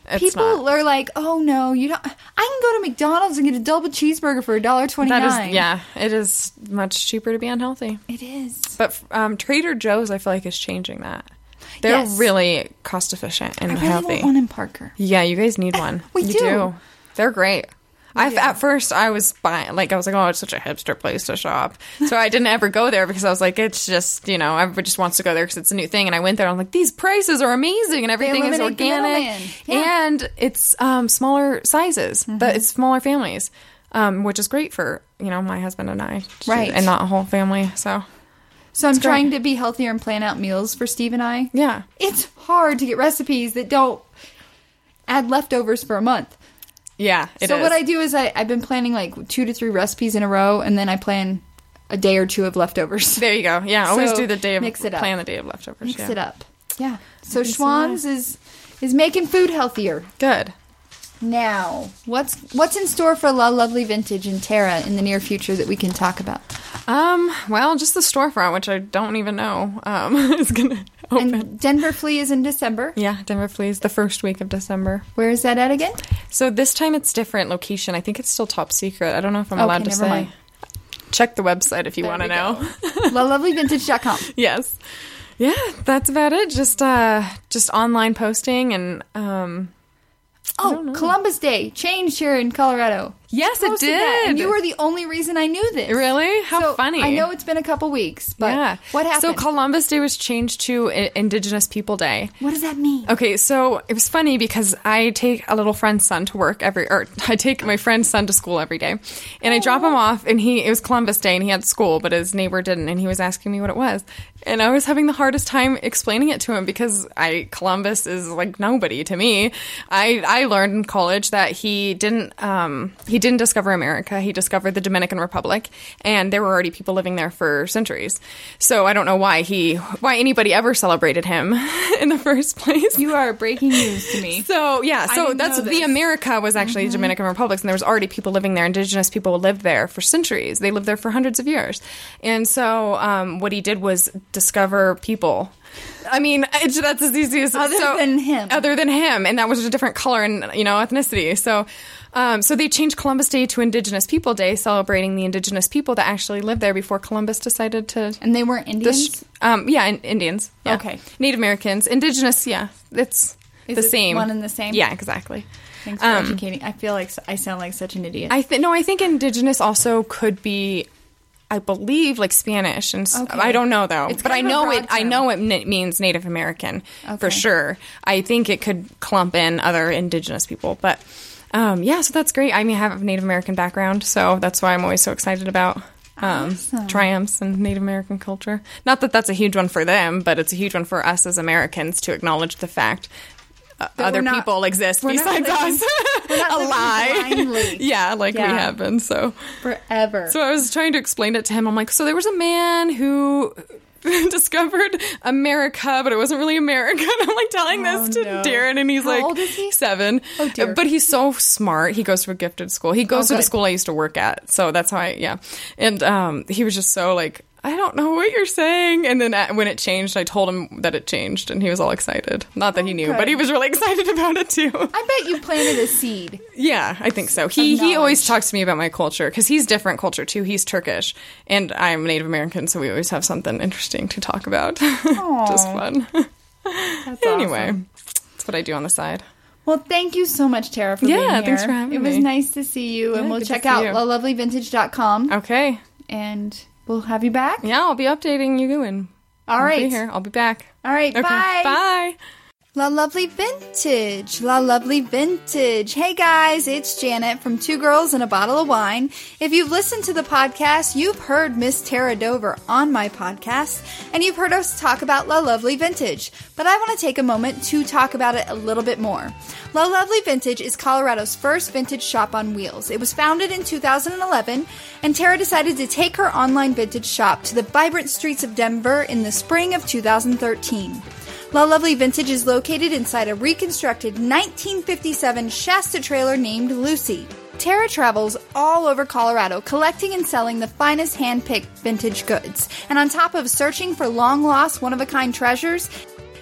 Speaker 2: It's
Speaker 1: people
Speaker 2: not.
Speaker 1: are like, oh no, you don't. I can go to McDonald's and get a double cheeseburger for a dollar twenty nine.
Speaker 2: That is, yeah, it is much cheaper to be unhealthy.
Speaker 1: it is.
Speaker 2: But um, Trader Joe's, I feel like, is changing that. They're
Speaker 1: Yes.
Speaker 2: really cost efficient and
Speaker 1: I really
Speaker 2: healthy.
Speaker 1: want one in Parker.
Speaker 2: Yeah, you guys need one.
Speaker 1: We
Speaker 2: you
Speaker 1: do.
Speaker 2: They're great. I at first I was buying like I was like oh it's such a hipster place to shop so I didn't ever go there because I was like it's just you know everybody just wants to go there because it's a new thing and I went there and I'm like these prices are amazing and everything is
Speaker 1: eliminate the middleman.
Speaker 2: organic
Speaker 1: Yeah.
Speaker 2: and it's um, smaller sizes but it's smaller families um, which is great for you know my husband and I to do-
Speaker 1: Right.
Speaker 2: and not a whole family so
Speaker 1: So I'm
Speaker 2: great.
Speaker 1: trying to be healthier and plan out meals for Steve and I.
Speaker 2: yeah
Speaker 1: It's hard to get recipes that don't add leftovers for a month.
Speaker 2: yeah it
Speaker 1: so
Speaker 2: is.
Speaker 1: what I do is I, I've been planning like two to three recipes in a row, and then I plan a day or two of leftovers.
Speaker 2: there you go yeah always
Speaker 1: So,
Speaker 2: do the day of
Speaker 1: mix it up.
Speaker 2: plan the day of leftovers
Speaker 1: Mix
Speaker 2: yeah.
Speaker 1: it up. Yeah. So Schwann's is is making food healthier.
Speaker 2: good
Speaker 1: Now, what's what's in store for La Lovely Vintage and Terra in the near future that we can talk about?
Speaker 2: Um, well, just the storefront, which I don't even know, um, is gonna open.
Speaker 1: And Denver Flea is in December.
Speaker 2: yeah, Denver Fleas, the first week of December.
Speaker 1: Where is that at again?
Speaker 2: So this time it's different location. I think it's still top secret. I don't know if I'm
Speaker 1: Okay,
Speaker 2: allowed to
Speaker 1: never
Speaker 2: say.
Speaker 1: mind.
Speaker 2: Check the website if you
Speaker 1: There
Speaker 2: want to
Speaker 1: we
Speaker 2: know.
Speaker 1: LaLovelyVintage.com.
Speaker 2: yes. Yeah, that's about it. Just uh just online posting and um
Speaker 1: Oh, Columbus Day changed here in Colorado.
Speaker 2: Yes, it
Speaker 1: Posted that,
Speaker 2: did.
Speaker 1: and you were the only reason I knew this.
Speaker 2: Really? How
Speaker 1: So,
Speaker 2: funny.
Speaker 1: I know it's been a couple weeks, but
Speaker 2: yeah.
Speaker 1: what
Speaker 2: So
Speaker 1: happened?
Speaker 2: Columbus Day was changed to I- Indigenous People Day.
Speaker 1: what does that mean?
Speaker 2: Okay, so it was funny because I take a little friend's son to work every, or I take my friend's son to school every day, and I drop him off. And he, it was Columbus Day, and he had school, but his neighbor didn't, and he was asking me what it was, and I was having the hardest time explaining it to him because I Columbus is like nobody to me. I I learned in college that he didn't um he didn't discover America. He discovered the Dominican Republic, and there were already people living there for centuries. So I don't know why he why anybody ever celebrated him in the first place.
Speaker 1: You are breaking news to me.
Speaker 2: So yeah, so
Speaker 1: didn't
Speaker 2: that's
Speaker 1: know
Speaker 2: the
Speaker 1: this. Mm-hmm.
Speaker 2: America was actually Dominican Republics, and there was already people living there. Indigenous people lived there for centuries. They lived there for hundreds of years, and so um, what he did was discover people. I mean, it's, that's as easy as
Speaker 1: Other
Speaker 2: so-
Speaker 1: than him.
Speaker 2: Other than him, and that was a different color and you know ethnicity. So Um, so they changed Columbus Day to Indigenous People Day, celebrating the Indigenous people that actually lived there before Columbus decided to.
Speaker 1: And they weren't
Speaker 2: the sh-
Speaker 1: Indians?
Speaker 2: um, yeah, in- Indians. yeah.
Speaker 1: Okay.
Speaker 2: Native Americans, Indigenous. Yeah, it's
Speaker 1: Is
Speaker 2: the
Speaker 1: it
Speaker 2: same.
Speaker 1: one and the same?
Speaker 2: Yeah, exactly.
Speaker 1: Thanks for
Speaker 2: Um,
Speaker 1: educating. I feel like s- I sound like such an idiot.
Speaker 2: I think no, I think Indigenous also could be. I believe like Spanish and s
Speaker 1: Okay.
Speaker 2: I don't know though,
Speaker 1: It's
Speaker 2: but I
Speaker 1: kind of a
Speaker 2: know
Speaker 1: broad
Speaker 2: it. I
Speaker 1: term.
Speaker 2: know it n- means Native American
Speaker 1: Okay.
Speaker 2: for sure. I think it could clump in other Indigenous people, but um, yeah, so that's great. I mean, I have a Native American background, so that's why I'm always so excited about um,
Speaker 1: Awesome.
Speaker 2: triumphs in Native American culture. Not that that's a huge one for them, but it's a huge one for us as Americans to acknowledge the fact uh,
Speaker 1: That we're
Speaker 2: other
Speaker 1: not-
Speaker 2: people exist
Speaker 1: we're not
Speaker 2: besides
Speaker 1: living-
Speaker 2: us.
Speaker 1: we're not
Speaker 2: a
Speaker 1: living
Speaker 2: lie.
Speaker 1: blindly.
Speaker 2: yeah, like
Speaker 1: Yeah.
Speaker 2: we have been. So,
Speaker 1: Forever.
Speaker 2: so I was trying to explain it to him. I'm like, so there was a man who discovered America, but it wasn't really America. And I'm like telling this
Speaker 1: Oh,
Speaker 2: to
Speaker 1: no.
Speaker 2: Darren, and he's
Speaker 1: How
Speaker 2: like,
Speaker 1: old is he?
Speaker 2: seven.
Speaker 1: Oh, dear.
Speaker 2: But he's so smart. He goes to a gifted school. He goes
Speaker 1: Oh,
Speaker 2: to the
Speaker 1: good.
Speaker 2: school I used to work at. So that's how I, yeah. And um, he was just so like. I don't know what you're saying. And then at, when it changed, I told him that it changed, and he was all excited. Not that he knew,
Speaker 1: good.
Speaker 2: but he was really excited about it too.
Speaker 1: I bet you planted a seed.
Speaker 2: Yeah, I think so. He
Speaker 1: Of
Speaker 2: he always
Speaker 1: knowledge.
Speaker 2: talks to me about my culture because he's different culture too. He's Turkish, and I'm Native American, so we always have something interesting to talk about. Just fun. anyway, that's what I do on the side.
Speaker 1: Well, thank you so much, Tara, for
Speaker 2: Yeah,
Speaker 1: being here.
Speaker 2: thanks for having
Speaker 1: It was
Speaker 2: me.
Speaker 1: nice to see you, and
Speaker 2: Yeah,
Speaker 1: we'll
Speaker 2: good to
Speaker 1: check
Speaker 2: see
Speaker 1: out
Speaker 2: you.
Speaker 1: lovelovelyvintage.com,
Speaker 2: Okay,
Speaker 1: and we'll have you back.
Speaker 2: yeah, I'll be updating you and
Speaker 1: All
Speaker 2: I'll be
Speaker 1: right.
Speaker 2: here. I'll be back.
Speaker 1: All right,
Speaker 2: Okay, bye.
Speaker 1: La Lovely Vintage, La Lovely Vintage. Hey guys, it's Janet from Two Girls and a Bottle of Wine. If you've listened to the podcast, you've heard Miss Tara Dover on my podcast, and you've heard us talk about La Lovely Vintage. But I want to take a moment to talk about it a little bit more. La Lovely Vintage is Colorado's first vintage shop on wheels. It was founded in 2011, and Tara decided to take her online vintage shop to the vibrant streets of Denver in the spring of 2013. La Lovely Vintage is located inside a reconstructed 1957 Shasta trailer named Lucy. Tara travels all over Colorado collecting and selling the finest hand picked vintage goods. And on top of searching for long lost one of a kind treasures,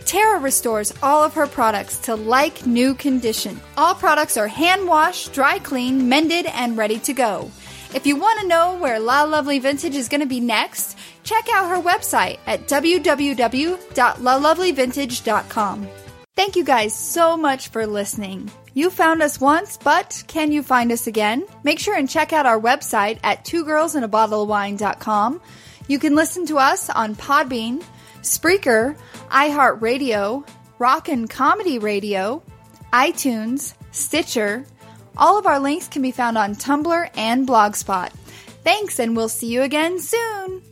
Speaker 1: Tara restores all of her products to like new condition. All products are hand washed, dry cleaned, mended, and ready to go. If you want to know where La Lovely Vintage is going to be next, check out her website at www.lalovelyvintage.com. Thank you guys so much for listening. You found us once, but can you find us again? Make sure and check out our website at twogirlsinabottleofwine.com. You can listen to us on Podbean, Spreaker, iHeartRadio, Rockin' Comedy Radio, iTunes, Stitcher. All of our links can be found on Tumblr and Blogspot. Thanks, and we'll see you again soon!